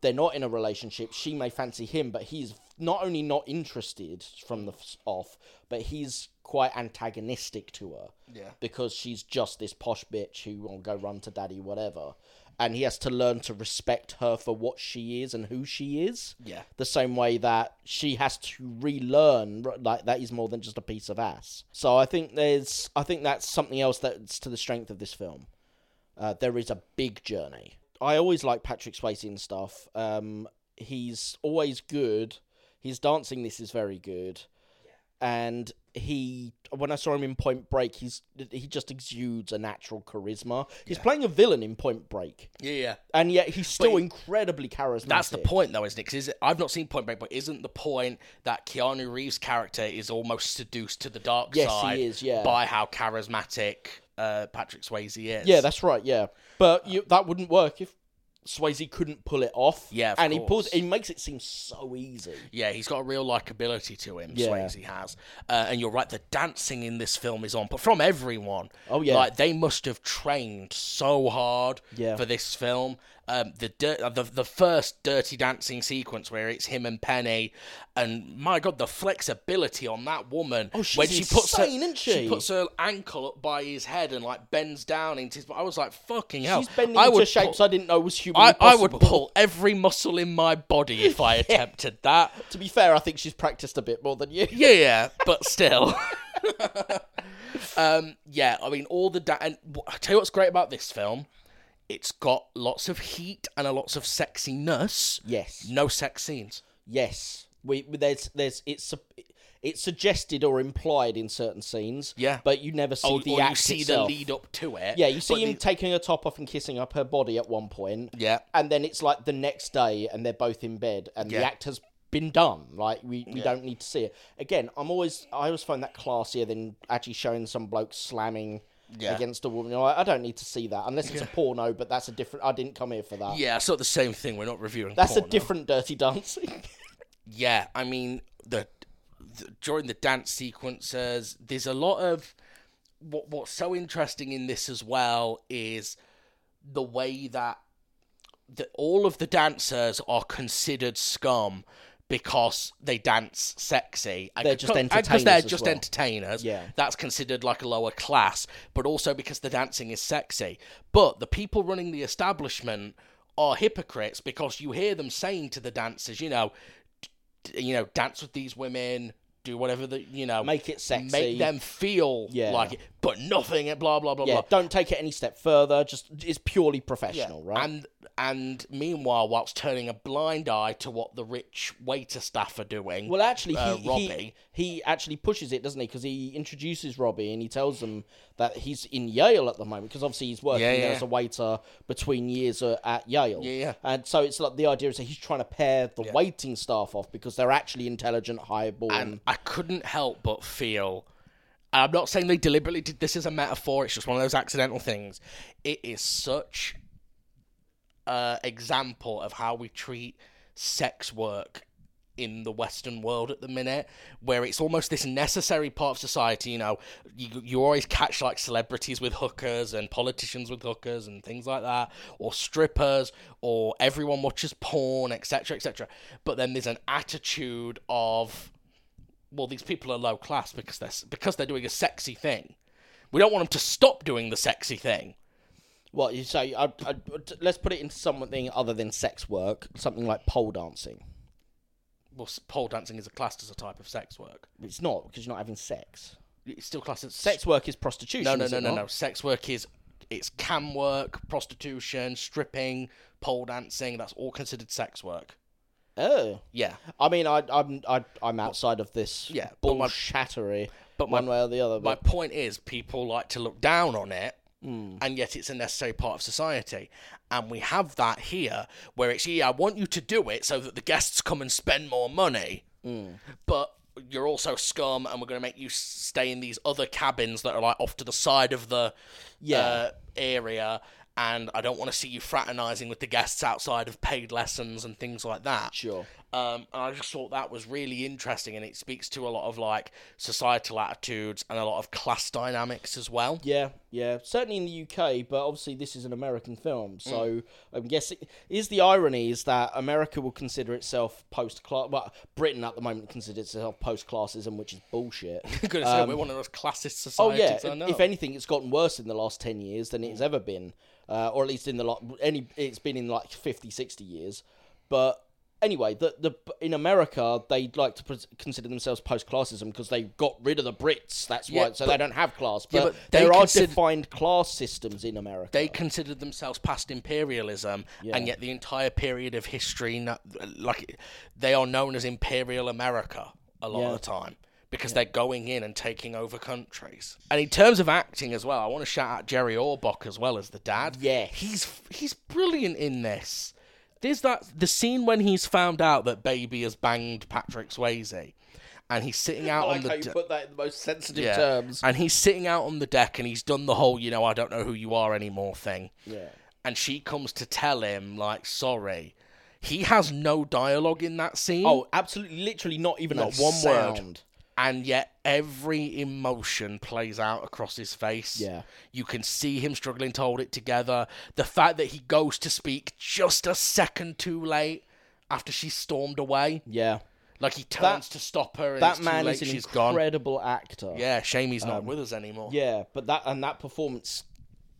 they're not in a relationship. She may fancy him, but he's not only not interested from the f- off, but he's quite antagonistic to her Yeah. because she's just this posh bitch who will go run to daddy, whatever. And he has to learn to respect her for what she is and who she is. Yeah. The same way that she has to relearn, r- like that is more than just a piece of ass. So I think there's, I think that's something else that's to the strength of this film. Uh, there is a big journey. I always like Patrick Swayze and stuff. Um, he's always good. His dancing this is very good and he when I saw him in Point Break, he's he just exudes a natural charisma. He's playing a villain in Point Break, Yeah, yeah. and yet he's still he- incredibly charismatic. That's the point, though, isn't it? Because is it, I've not seen Point Break, but isn't the point that Keanu Reeves' character is almost seduced to the dark Yes, he side is, yeah. by how charismatic uh, Patrick Swayze is? Yeah, that's right. Yeah, but you, that wouldn't work if Swayze couldn't pull it off. Yeah, of and he pulls. course. He makes it seem so easy. Yeah, he's got a real likability to him. Yeah. Swayze has, uh, and you're right. The dancing in this film is on, but from everyone. Oh, yeah. like they must have trained so hard Yeah. for this film. Um, the, dir- uh, the the first dirty dancing sequence where it's him and Penny, and my god, the flexibility on that woman. Oh, she's when she puts her, insane, isn't she? puts her ankle up by his head and like bends down into his. I was like, fucking hell. She's bending I into would shapes pull- I didn't know was human. I, I would pull every muscle in my body if I attempted that. To be fair, I think she's practiced a bit more than you. Yeah, yeah, but still. um, yeah, I mean, all the da- and wh- I tell you what's great about this film, it's got lots of heat and a lots of sexiness. Yes. No sex scenes. Yes, we we- there's there's it's su- it's suggested or implied in certain scenes. Yeah. but you never see Or, Oh, the or act you see itself. the lead up to it. Yeah, you see but him the- taking her top off and kissing up her body at one point. Yeah. and then it's like the next day, and they're both in bed, and Yeah. the act has been done. Like we, we don't need to see it again. I'm always I always find that classier than actually showing some bloke slamming. Yeah. Against a woman, You're like, I don't need to see that unless it's a porno. But that's a different. I didn't come here for that. yeah, it's not the same thing. We're not reviewing. that's porno. a different Dirty Dancing. Yeah, I mean the, the during the dance sequences, there's a lot of what what's so interesting in this as well is the way that that all of the dancers are considered scum because they dance sexy. And They're just because- and Because entertainers they're as just well. entertainers. Yeah. That's considered like a lower class, but also because the dancing is sexy. But the people running the establishment are hypocrites because you hear them saying to the dancers, you know, d- you know, dance with these women, do whatever the you know, Make it sexy. make them feel Yeah. like it, but nothing. Blah blah blah Yeah, blah. don't take it any step further. Just it's purely professional, right? And and meanwhile, whilst turning a blind eye to what the rich waiter staff are doing, well, actually, he, uh, he Robbie. he actually pushes it, doesn't he? Because he introduces Robbie and he tells them that he's in Yale at the moment because obviously he's working Yeah, there yeah. as a waiter between years uh, at Yale. Yeah, yeah. And so it's like the idea is that he's trying to pair the waiting staff off because they're actually intelligent, highborn. and I couldn't help but feel. I'm not saying they deliberately did this as a metaphor. It's just one of those accidental things. It is such a example of how we treat sex work in the Western world at the minute, where it's almost this necessary part of society. You know, you, you always catch like celebrities with hookers and politicians with hookers and things like that, or strippers, or everyone watches porn, etc., etc. But then there's an attitude of well, these people are low class because they're because they're doing a sexy thing. We don't want them to stop doing the sexy thing. what you say? I, I, let's put it into something other than sex work, something like pole dancing. Well, s- pole dancing is classed as a type of sex work. It's not because you're not having sex. It's still classed as Sex work is prostitution. No, no, is no, it no, not? no. Sex work is it's cam work, prostitution, stripping, pole dancing. That's all considered sex work. Oh. Yeah, I mean, I, I'm I, I'm outside of this Yeah, but my- bullshattery, but my- one way or the other. my But point is people like to look down on it and yet it's a necessary part of society and we have that here where it's yeah i want you to do it so that the guests come and spend more money but you're also scum and we're going to make you s- stay in these other cabins that are like off to the side of the Yeah. uh, area and i don't want to see you fraternizing with the guests outside of paid lessons and things like that Sure. Um, and I just thought that was really interesting, and it speaks to a lot of like societal attitudes and a lot of class dynamics as well. Yeah, yeah. Certainly in the UK, but obviously this is an American film, so Mm. I'm guessing is the irony is that America will consider itself post class. Well, Britain at the moment considers itself post classism, which is bullshit. Good to say we're one of those classist Um, oh societies. yeah. I know. Mm. If anything, it's gotten worse in the last ten years than it's ever been, uh, or at least in the lot. Any, it's been in like 50, 60 years. But anyway, the the in America they like to pres consider themselves post classism because they got rid of the Brits. That's Yeah, why, so but- they don't have class. But, Yeah, but they there are consider- defined class systems in America. they considered themselves past imperialism, and yet the entire period of history, no- like they are known as Imperial America a lot Yeah. of the time because they're going in and taking over countries. And in terms of acting as well, I want to shout out Jerry Orbach as well as the dad. Yeah. he's he's brilliant in this. There's that the scene when he's found out that Baby has banged Patrick Swayze, and he's sitting out on the. d- put that in the most sensitive yeah. And he's sitting out on the deck and he's done the whole, you know, I don't know who you are anymore thing. Yeah. And she comes to tell him, like, sorry. He has no dialogue in that scene. Oh, absolutely, literally not even Not a one word. sound. And yet every emotion plays out across his face. Yeah. You can see him struggling to hold it together. The fact that he goes to speak just a second too late after she stormed away. Yeah. Like he turns to stop her and That it's too man late, is an she's gone. incredible actor. Yeah, shame he's not with us anymore. Yeah, but that and that performance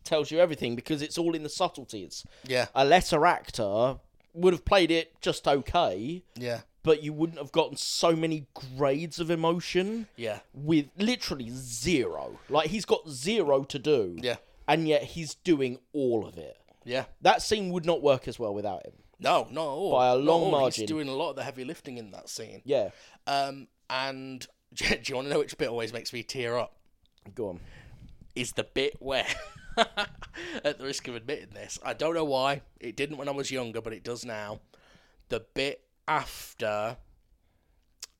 tells you everything because it's all in the subtleties. Yeah. A lesser actor would have played it just okay, Yeah. but you wouldn't have gotten so many grades of emotion Yeah. with literally zero. Like he's got zero to do. Yeah. And yet he's doing all of it. Yeah. That scene would not work as well without him. No, not at all. By a Not at long all. margin. He's doing a lot of the heavy lifting in that scene. Yeah. Um, and do you want to know which bit always makes me tear up? Go on. Is the bit where, at the risk of admitting this, I don't know why it didn't when I was younger, but it does now. The bit after,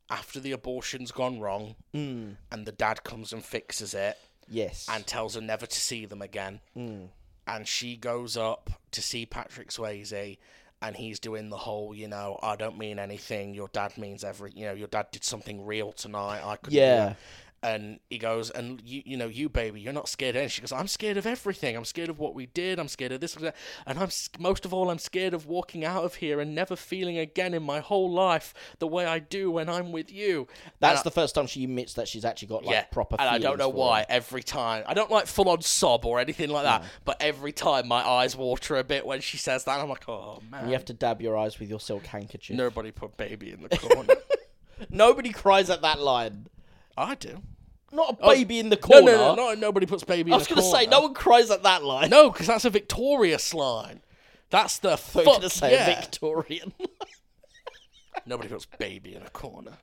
after the abortion's gone wrong, Hmm. and the dad comes and fixes it Yes. and tells her never to see them again. Hmm. And she goes up to see Patrick Swayze, and he's doing the whole, you know, I don't mean anything. Your dad means every, you know, your dad did something real tonight. I could, Yeah. And he goes, and you, you know, you baby, you're not scared of anything. She goes, I'm scared of everything. I'm scared of what we did. I'm scared of this, that, and I'm s- most of all, I'm scared of walking out of here and never feeling again in my whole life the way I do when I'm with you. That's the first time she admits that she's actually got like proper. And I don't feelings know for why. him. Every time, I don't like full on sob or anything like that. But every time, my eyes water a bit when she says that. I'm like, oh man, You have to dab your eyes with your silk handkerchief. nobody put baby in the corner. Nobody cries at that line. I do. Not a baby in the Oh, No, corner. no, no, not nobody puts baby. I was in going the to corner. say, no one cries at that line. no, because that's a victorious line. That's the I was fuck going to say yeah. Victorian. Nobody puts baby in a corner.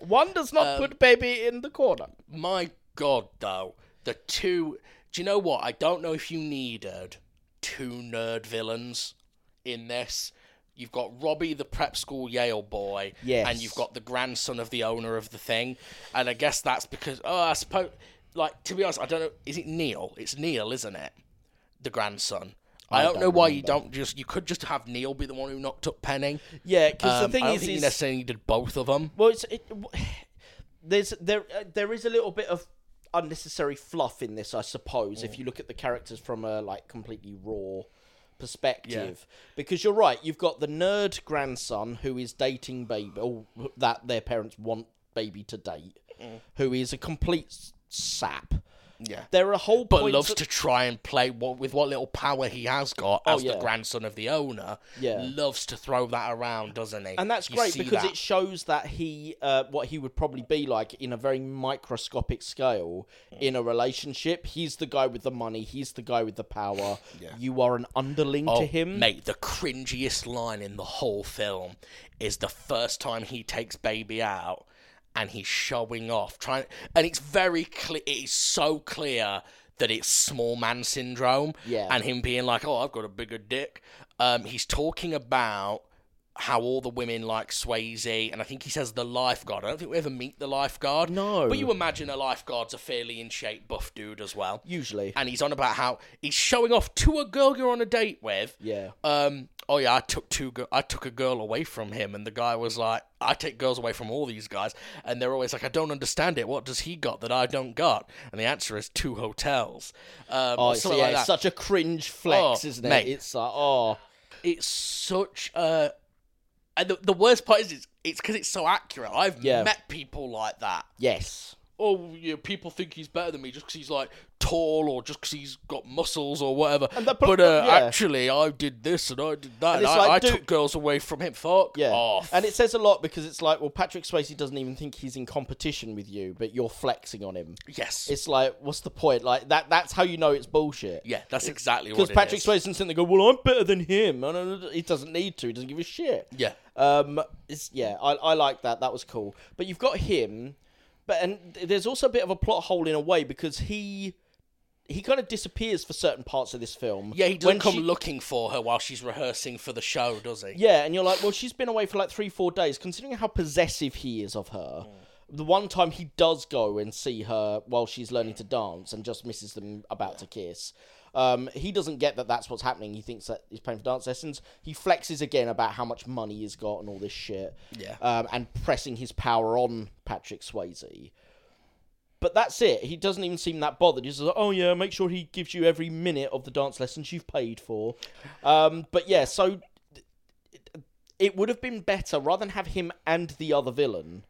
One does not put baby in the corner. My God, though, the two. Do you know what? I don't know if you needed two nerd villains in this. You've got Robbie, the prep school Yale boy, Yes. and you've got the grandson of the owner of the thing. And I guess that's because, oh, I suppose, like, to be honest, I don't know. Is it Neil? It's Neil, isn't it? The grandson. I, don't, know why you don't just. You could just have Neil be the one who knocked up Penny. Yeah, because Um, the thing I don't is, think you is necessarily needed both of them. well, it's, it, w- there's there uh, there is a little bit of unnecessary fluff in this, I suppose, Mm. if you look at the characters from a like completely raw perspective. Because you're right, you've got the nerd grandson who is dating baby, or that their parents want baby to date, Mm. who is a complete s- sap. Yeah. There are whole but points loves to try and play what with what little power he has got as Oh, yeah. the grandson of the owner. Yeah. loves to throw that around, doesn't he? and that's You great see because that. it shows that he uh, what he would probably be like in a very microscopic scale in a relationship he's the guy with the money he's the guy with the power you are an underling to him Oh, Mate, the cringiest line in the whole film is the first time he takes baby out and he's showing off, trying, and it's very clear. It is so clear that it's small man syndrome. Yeah. and him being like, "Oh, I've got a bigger dick." Um, he's talking about. How all the women like Swayze, and I think he says the lifeguard. I don't think we ever meet the lifeguard. No. But you imagine a lifeguard's a fairly in shape, buff dude as well usually and he's on about how he's showing off to a girl you're on a date with. yeah Um, "Oh yeah, I took two, gi- I took a girl away from him," and the guy was like, "I take girls away from all these guys," and they're always like, "I don't understand it. What does he got that I don't got?" And the answer is two hotels. Um, Oh, or it's, yeah, something like it's that. such a cringe flex, Oh, isn't it? mate. It's like, oh, it's such a and the, the worst part is it's it's because it's so accurate i've Yeah. met people like that yes. oh you know, people think he's better than me just because he's like tall or just because he's got muscles or whatever the pro- but uh, yeah. actually i did this and i did that and, it's I, like, I dude- took girls away from him fuck Yeah. off And it says a lot because it's like, well, Patrick Swayze doesn't even think he's in competition with you, but you're flexing on him. yes It's like, what's the point? Like that that's how you know it's bullshit. yeah that's exactly what Because it Patrick is. Swayze's sitting there going, Well, I'm better than him. And, uh, He doesn't need to, he doesn't give a shit. yeah Um, it's, yeah, I, I like that. That was cool. But you've got him, but and there's also a bit of a plot hole in a way because he he kind of disappears for certain parts of this film. yeah he doesn't come she- looking for her while she's rehearsing for the show does he yeah, and you're like, well, she's been away for like three, four days. Considering how possessive he is of her, the one time he does go and see her while she's learning to dance and just misses them about to kiss. Um, he doesn't get that that's what's happening. He thinks that he's paying for dance lessons. He flexes again about how much money he's got and all this shit. Yeah. Um, and pressing his power on Patrick Swayze. But that's it. He doesn't even seem that bothered. He's just like, oh yeah, make sure he gives you every minute of the dance lessons you've paid for. Um, but yeah, so it would have been better rather than have him and the other villain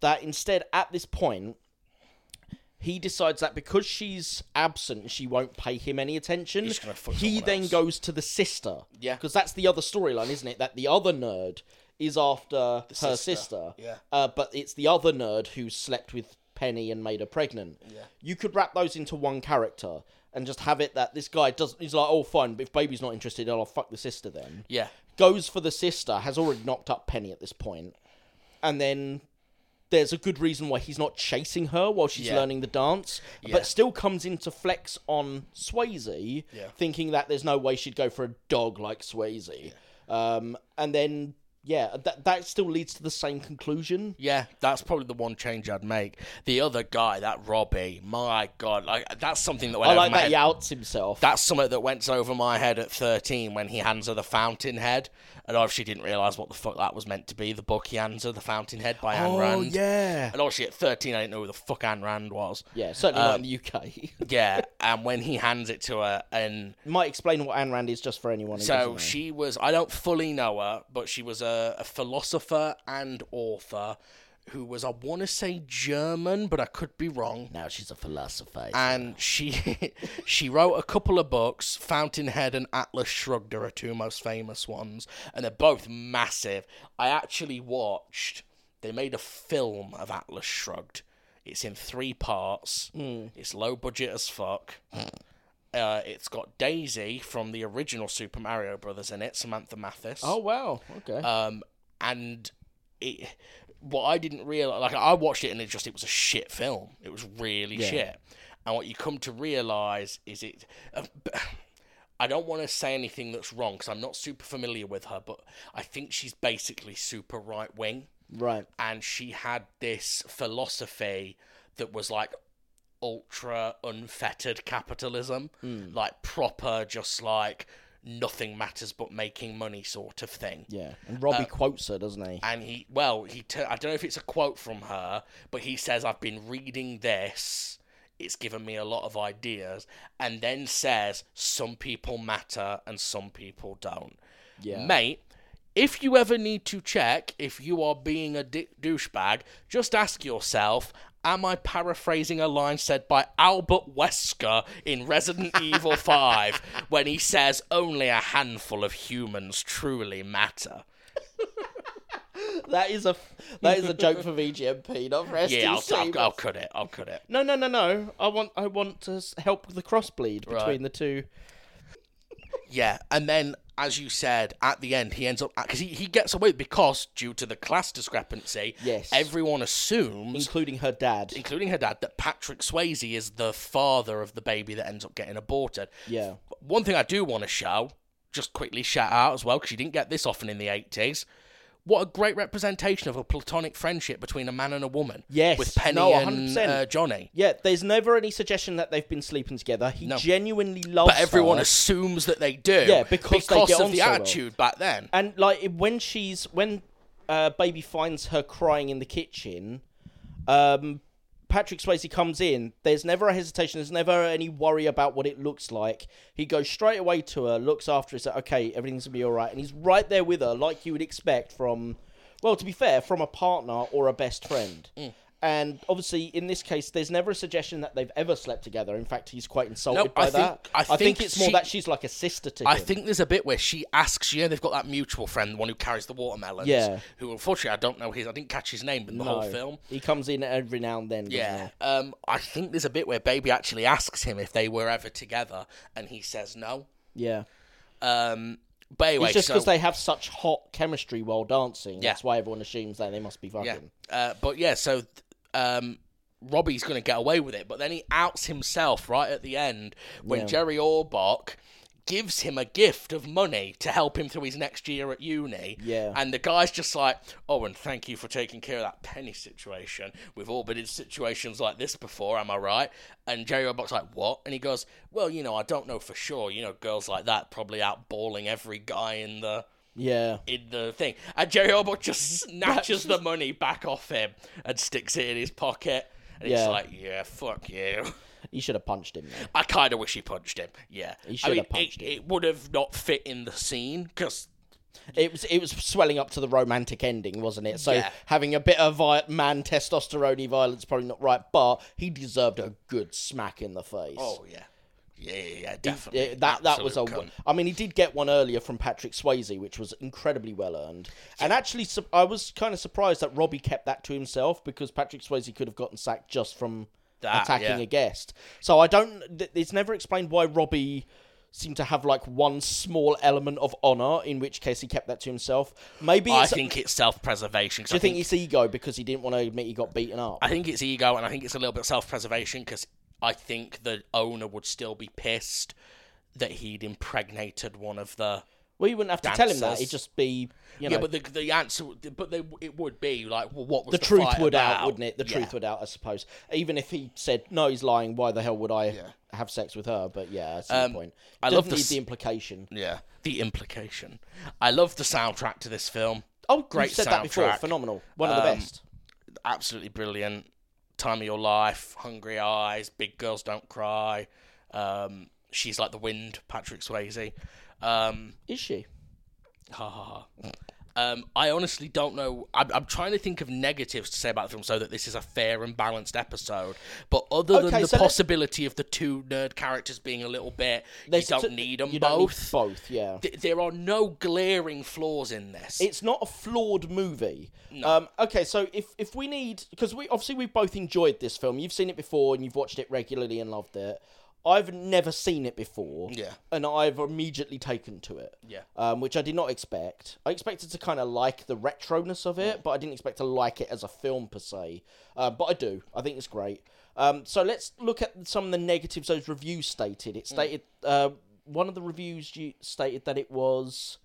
that instead at this point he decides that because she's absent she won't pay him any attention He's gonna fuck he someone then else. goes to the sister Yeah. because that's the other storyline isn't it that the other nerd is after her sister, Yeah. uh, but it's the other nerd who slept with penny and made her pregnant yeah. you could wrap those into one character and just have it that this guy doesn't he's like oh fine but if baby's not interested i'll fuck the sister then yeah goes for the sister, has already knocked up Penny at this point, and then there's a good reason why he's not chasing her while she's Yeah. learning the dance, Yeah. but still comes into flex on Swayze, Yeah. thinking that there's no way she'd go for a dog like Swayze. Um, and then, yeah, that, that still leads to the same conclusion. Yeah, that's probably the one change I'd make. The other guy, that Robbie, my god, like that's something that went I over like my that head. he outs himself. That's something that went over my head at thirteen when he hands her the fountain head, and obviously didn't realise what the fuck that was meant to be. The book he hands her, the fountain head by Anne oh, Rand. yeah. And obviously at thirteen, I didn't know who the fuck Anne Rand was. Yeah, certainly Um, not in the UK. Yeah, and when he hands it to her, and Might explain what Ayn Rand is just for anyone who doesn't so know. she was. I don't fully know her, but she was a, a philosopher and author. Who was I want to say German, but I could be wrong. Now she's a philosopher. and she she wrote a couple of books. Fountainhead and Atlas Shrugged are her two most famous ones, and they're both massive. I actually watched. They made a film of Atlas Shrugged. It's in three parts. It's low budget as fuck. Uh, it's got Daisy from the original Super Mario Brothers in it, Samantha Mathis. oh, wow. Okay. Um, and it, what I didn't realize, like I watched it and it just it was a shit film. It was really shit. And what you come to realize is it. Uh, b- I don't want to say anything that's wrong because I'm not super familiar with her, but I think she's basically super right wing right. and she had this philosophy that was like ultra unfettered capitalism, like proper, just like nothing matters but making money sort of thing. Yeah, and Robbie quotes her, doesn't he? And he, well, he, t- I don't know if it's a quote from her, but he says, "I've been reading this." It's given me a lot of ideas, and then says some people matter and some people don't. Yeah. Mate, if you ever need to check if you are being a di- douchebag, just ask yourself Am I paraphrasing a line said by Albert Wesker in Resident Evil 5 when he says, Only a handful of humans truly matter? That is a that is a joke for VGMP, not for STC. Yeah, I'll, I'll, but- I'll cut it. I'll cut it. no, no, no, no. I want I want to s- help the crossbleed between Right. the two. Yeah, and then as you said, at the end he ends up because he, he gets away because due to the class discrepancy, Yes. everyone assumes, Including her dad. including her dad, that Patrick Swayze is the father of the baby that ends up getting aborted. Yeah. One thing I do want to show, just quickly shout out as well, because you didn't get this often in the eighties, What a great representation of a platonic friendship between a man and a woman. Yes. With Penny No, and 100%. uh, Johnny. Yeah, there's never any suggestion that they've been sleeping together. He No. genuinely loves But everyone her. assumes that they do. Yeah, because they get of on the so well. attitude back then. And like it- when she's when uh, baby finds her crying in the kitchen, um, Patrick Swayze comes in. There's never a hesitation. There's never any worry about what it looks like. He goes straight away to her, looks after her, says, "Okay, everything's gonna be all right," and he's right there with her, like you would expect from, well, to be fair, from a partner or a best friend. Mm. And obviously, in this case, there's never a suggestion that they've ever slept together. In fact, he's quite insulted No, by I that. think- I think it's more she- that she's like a sister to him. I think there's a bit where she asks, you know, they've got that mutual friend, the one who carries the watermelons. Yeah. Who, unfortunately, I don't know his, I didn't catch his name in the whole No. film. He comes in every now and then. doesn't Yeah. he? Um, I think there's a bit where Baby actually asks him if they were ever together, and he says no. Yeah. Um, but anyway, It's just because so- they have such hot chemistry while dancing. Yeah. That's why everyone assumes that they must be fucking. Yeah. Uh, but yeah, so um, Robbie's going to get away with it, but then he outs himself right at the end when Yeah. Jerry Orbach gives him a gift of money to help him through his next year at uni. Yeah. And the guy's just like, oh, and thank you for taking care of that penny situation. We've all been in situations like this before, am I right? And Jerry Orbach's like, what? And he goes, well, you know, I don't know for sure. You know, girls like that probably outballing every guy in the Yeah. in the thing. And Jerry Orbach just snatches the money back off him and sticks it in his pocket. And it's Yeah. like, yeah, fuck you. He should have punched him. Then. I kind of wish he punched him. Yeah. I should have it- punched it, him. It would have not fit in the scene because It was it was swelling up to the romantic ending, wasn't it? So Yeah. having a bit of vi- man testosterone violence probably not right, but he deserved a good smack in the face. oh yeah, yeah, yeah, yeah definitely. Yeah, that that was a. Absolute cunt. I mean, he did get one earlier from Patrick Swayze, which was incredibly well earned. And actually, su- I was kind of surprised that Robbie kept that to himself because Patrick Swayze could have gotten sacked just from That, attacking yeah. a guest. So I don't. Th- it's never explained why Robbie seemed to have like one small element of honor, in which case he kept that to himself. Maybe I it's, think it's self-preservation. 'cause do I you think think, it's ego because he didn't want to admit he got beaten up? I think it's ego, and I think it's a little bit self-preservation because I think the owner would still be pissed that he'd impregnated one of the well, you wouldn't have to tell him that. Dancers. It'd just be you know. yeah, but the the answer, but they, it would be like, well, what was the the, truth fight would about? out, wouldn't it? The Yeah. truth would out, I suppose. Even if he said no, he's lying. Why the hell would I have sex with her? But yeah, that's the Um, point. I Doesn't love the need s- the implication. Yeah, the implication. I love the soundtrack to this film. Oh, great great! Said that before. soundtrack. Phenomenal. One of the Um, best. Absolutely brilliant. Time of Your Life, Hungry Eyes, Big Girls Don't Cry. Um, She's Like the Wind, Patrick Swayze. Um, Is she? ha ha ha. Um, I honestly don't know. I'm, I'm trying to think of negatives to say about the film so that this is a fair and balanced episode. But other than Okay, the so let's- possibility of the two nerd characters being a little bit, you There's- don't so- need them you don't need both. both. Yeah. Th- there are no glaring flaws in this. It's not a flawed movie. Um, okay, so if if we need, because we obviously we both enjoyed this film. You've seen it before and you've watched it regularly and loved it. I've never seen it before. Yeah. and I've immediately taken to it. Yeah. um, which I did not expect. I expected to kind of like the retroness of it, but I didn't expect to like it as a film per se. Uh, but I do. I think it's great. Um, so let's look at some of the negatives those reviews stated. It stated uh, one of the reviews you stated that it was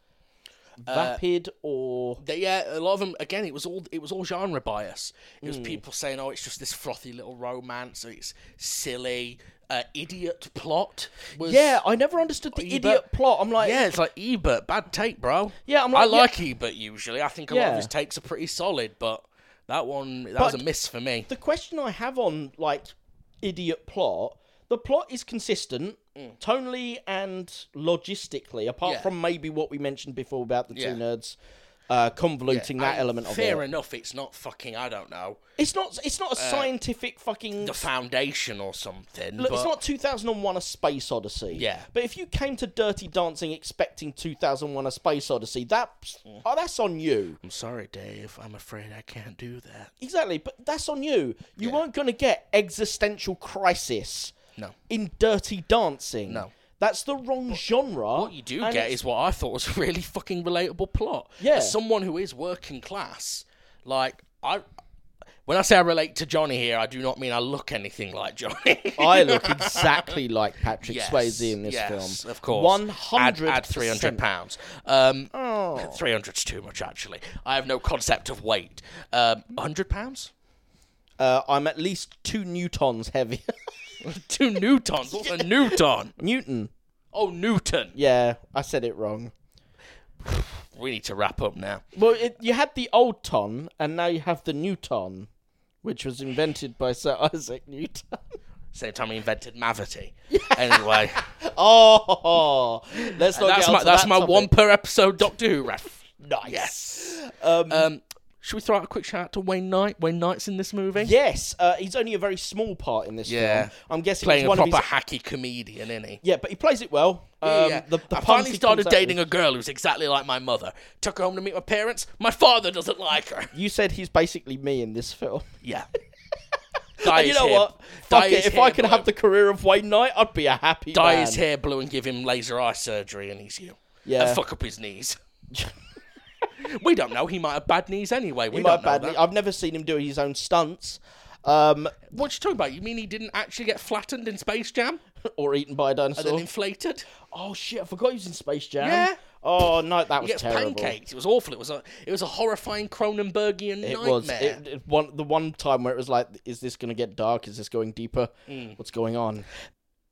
Uh, vapid or They- yeah, a lot of them. Again, it was all it was all genre bias. It Hmm. was people saying, "Oh, it's just this frothy little romance. Or it's silly, uh, idiot plot." Was, yeah. I never understood the you idiot bet. plot. I'm like, yeah, it's like Ebert, bad take, bro. Yeah, I'm I like, yeah. like Ebert usually. I think a lot of Yeah. his takes are pretty solid, but that one that was a But- miss for me. the question I have on like idiot plot, the plot is consistent tonally and logistically, apart Mm. Yeah. from maybe what we mentioned before about the Yeah. two nerds uh, convoluting that And element of fair it. enough. It's not fucking I don't know It's not. It's not a scientific fucking. the foundation or something. Look, but it's not 2001: A Space Odyssey. Yeah. But if you came to Dirty Dancing expecting 2001: A Space Odyssey, that's Mm. oh, that's on you. I'm sorry, Dave. I'm afraid I can't do that. Exactly, but that's on you. You weren't going to get existential crisis. No. In Dirty Dancing. No. That's the wrong genre. What you do and get it's- is what I thought was a really fucking relatable plot. Yeah. As someone who is working class, like I When I say I relate to Johnny here, I do not mean I look anything like Johnny. I look exactly like Patrick Yes, Swayze in this yes, film. Of course. One Add- hundred. Add three hundred pounds. Um, Oh. 300's too much, actually. I have no concept of weight. Um, 100 pounds? Uh, I'm at least two newtons heavier. Two newtons. What's a newton? Newton. Oh, Newton. Yeah, I said it wrong. We need to wrap up now. Well, it, you had the old ton, and now you have the new ton, which was invented by Sir Isaac Newton. Same time we invented Mavity. Anyway, oh, let's not that's get my onto that's that my topic. one per episode Doctor Who ref. Nice. Yes. Um, Um, should we throw out a quick shout out to Wayne Knight? Wayne Knight's in this movie. yes, uh, he's only a very small part in this Yeah. film. I'm guessing Playing it's a one proper of his. hacky comedian, isn't he? Yeah, but he plays it well. Um, yeah. The, the I puns finally he started comes out dating with- a girl who's exactly like my mother. Took her home to meet my parents. My father doesn't like her. You said he's basically me in this film. Yeah. Dye you his know hair- what? dye Fuck it. his If I hair could blue. have the career of Wayne Knight, I'd be a happy dye man. his hair blue and give him laser eye surgery, and he's you. Yeah. And fuck up his knees. we don't know. He might have bad knees anyway. We He might don't know badly- that. I've never seen him do his own stunts, um, What you talking about? You mean he didn't actually get flattened in Space Jam or eaten by a and then dinosaur. inflated? Oh shit! I forgot he was in Space Jam. Yeah. Oh no, that was He gets terrible. pancaked. It was awful. It was a it was a horrifying Cronenbergian It nightmare. was it, it- one the one time where it was like, is this going to get dark? Is this going deeper? Mm. What's going on?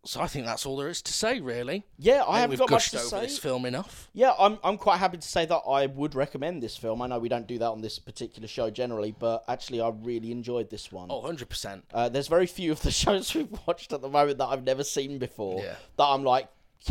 So I think that's all there is to say, really. Yeah, I haven't We've got gushed much to over say. this film enough. Yeah, I'm I'm quite happy to say that I would recommend this film. I know we don't do that on this particular show generally, but actually I really enjoyed this one. Oh, 100 percent. Uh, there's very few of the shows we've watched at the moment that I've never seen before Yeah. that I'm like,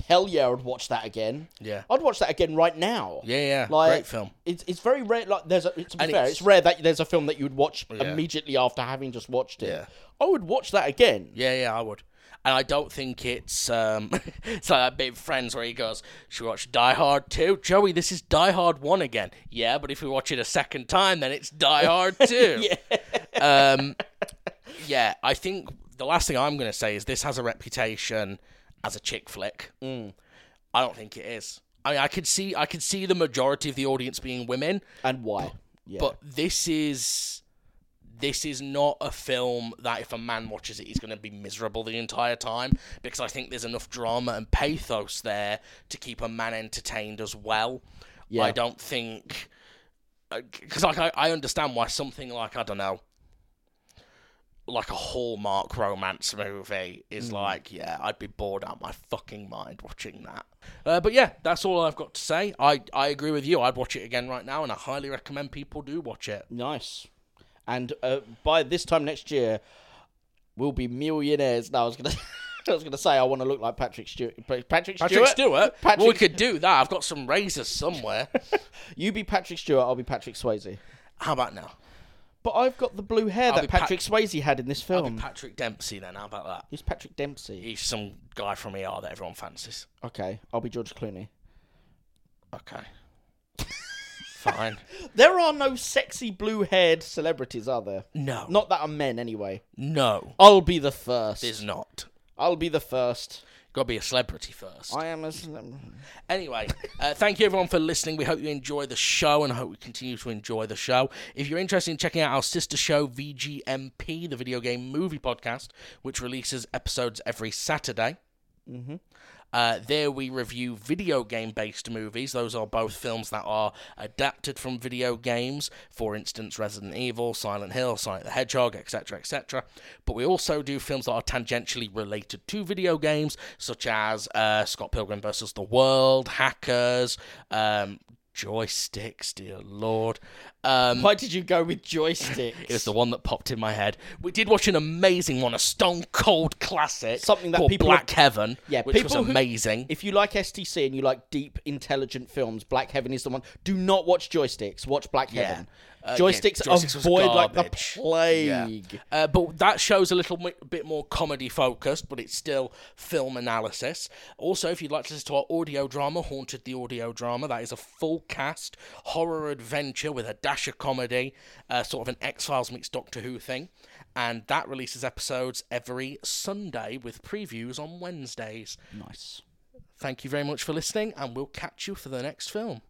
hell yeah, I'd watch that again. Yeah. I'd watch that again right now. Yeah, yeah. Great film. It's it's very rare. Like there's a, to be And fair, it's- it's, rare that there's a film that you would watch immediately after having just watched it. Yeah. I would watch that again. Yeah, yeah, I would. And I don't think it's um, it's like that bit of Friends where he goes, "Should we watch Die Hard 2? Joey, this is Die Hard One again. Yeah, but if we watch it a second time, then it's Die Hard Two. yeah. Um, yeah, I think the last thing I'm going to say is this has a reputation as a chick flick. I don't think it is. I mean, I could see I could see the majority of the audience being women, And why? Yeah. but this is this is not a film that if a man watches it he's going to be miserable the entire time because i think there's enough drama and pathos there to keep a man entertained as well Yeah. i don't think because like I, I understand why something like i don't know like a hallmark romance movie is Mm. like yeah i'd be bored out my fucking mind watching that uh, but yeah that's all i've got to say i i agree with you i'd watch it again right now and i highly recommend people do watch it nice. And uh, by this time next year, we'll be millionaires. No, I was gonna. I was gonna say I want to look like Patrick Stewart. Patrick, Patrick Stewart. Patrick- Well, we could do that. I've got some razors somewhere. You be Patrick Stewart. I'll be Patrick Swayze. How about now? But I've got the blue hair be that Pat- Patrick Swayze had in this film. Patrick Dempsey. Then how about that? Who's Patrick Dempsey? He's some guy from ER that everyone fancies. Okay, I'll be George Clooney. Okay. Fine. There are no sexy blue-haired celebrities, are there? No. Not that are men, anyway. No. I'll be the first. There's not. I'll be the first. Got to be a celebrity first. I am a. celeb- Anyway, uh, thank you everyone for listening. We hope you enjoy the show and I hope we continue to enjoy the show. If you're interested in checking out our sister show, VGMP, the video game movie podcast, which releases episodes every Saturday. Uh, there we review video game based movies. Those are both films that are adapted from video games. For instance, Resident Evil, Silent Hill, Sonic the Hedgehog, etc., etc. But we also do films that are tangentially related to video games, such as uh, Scott Pilgrim vs. the World, Hackers, um, Joysticks, dear lord. Um, Why did you go with joysticks? it was the one that popped in my head. We did watch an amazing one, a stone cold classic, Something that called people- Black Heaven, Yeah, which was people who- amazing. If you like STC and you like deep, intelligent films, Black Heaven is the one. Do not watch joysticks. Watch Black Heaven. Uh, yeah, joysticks, Joysticks was avoid like the garbage. plague. Uh, but that show's a little mi- bit more comedy focused, but it's still film analysis. Also, if you'd like to listen to our audio drama, Haunted the Audio Drama, that is a full cast horror adventure with a dash of comedy, uh, sort of an X Files meets Doctor Who thing. And that releases episodes every Sunday with previews on Wednesdays. Nice. Thank you very much for listening, and we'll catch you for the next film.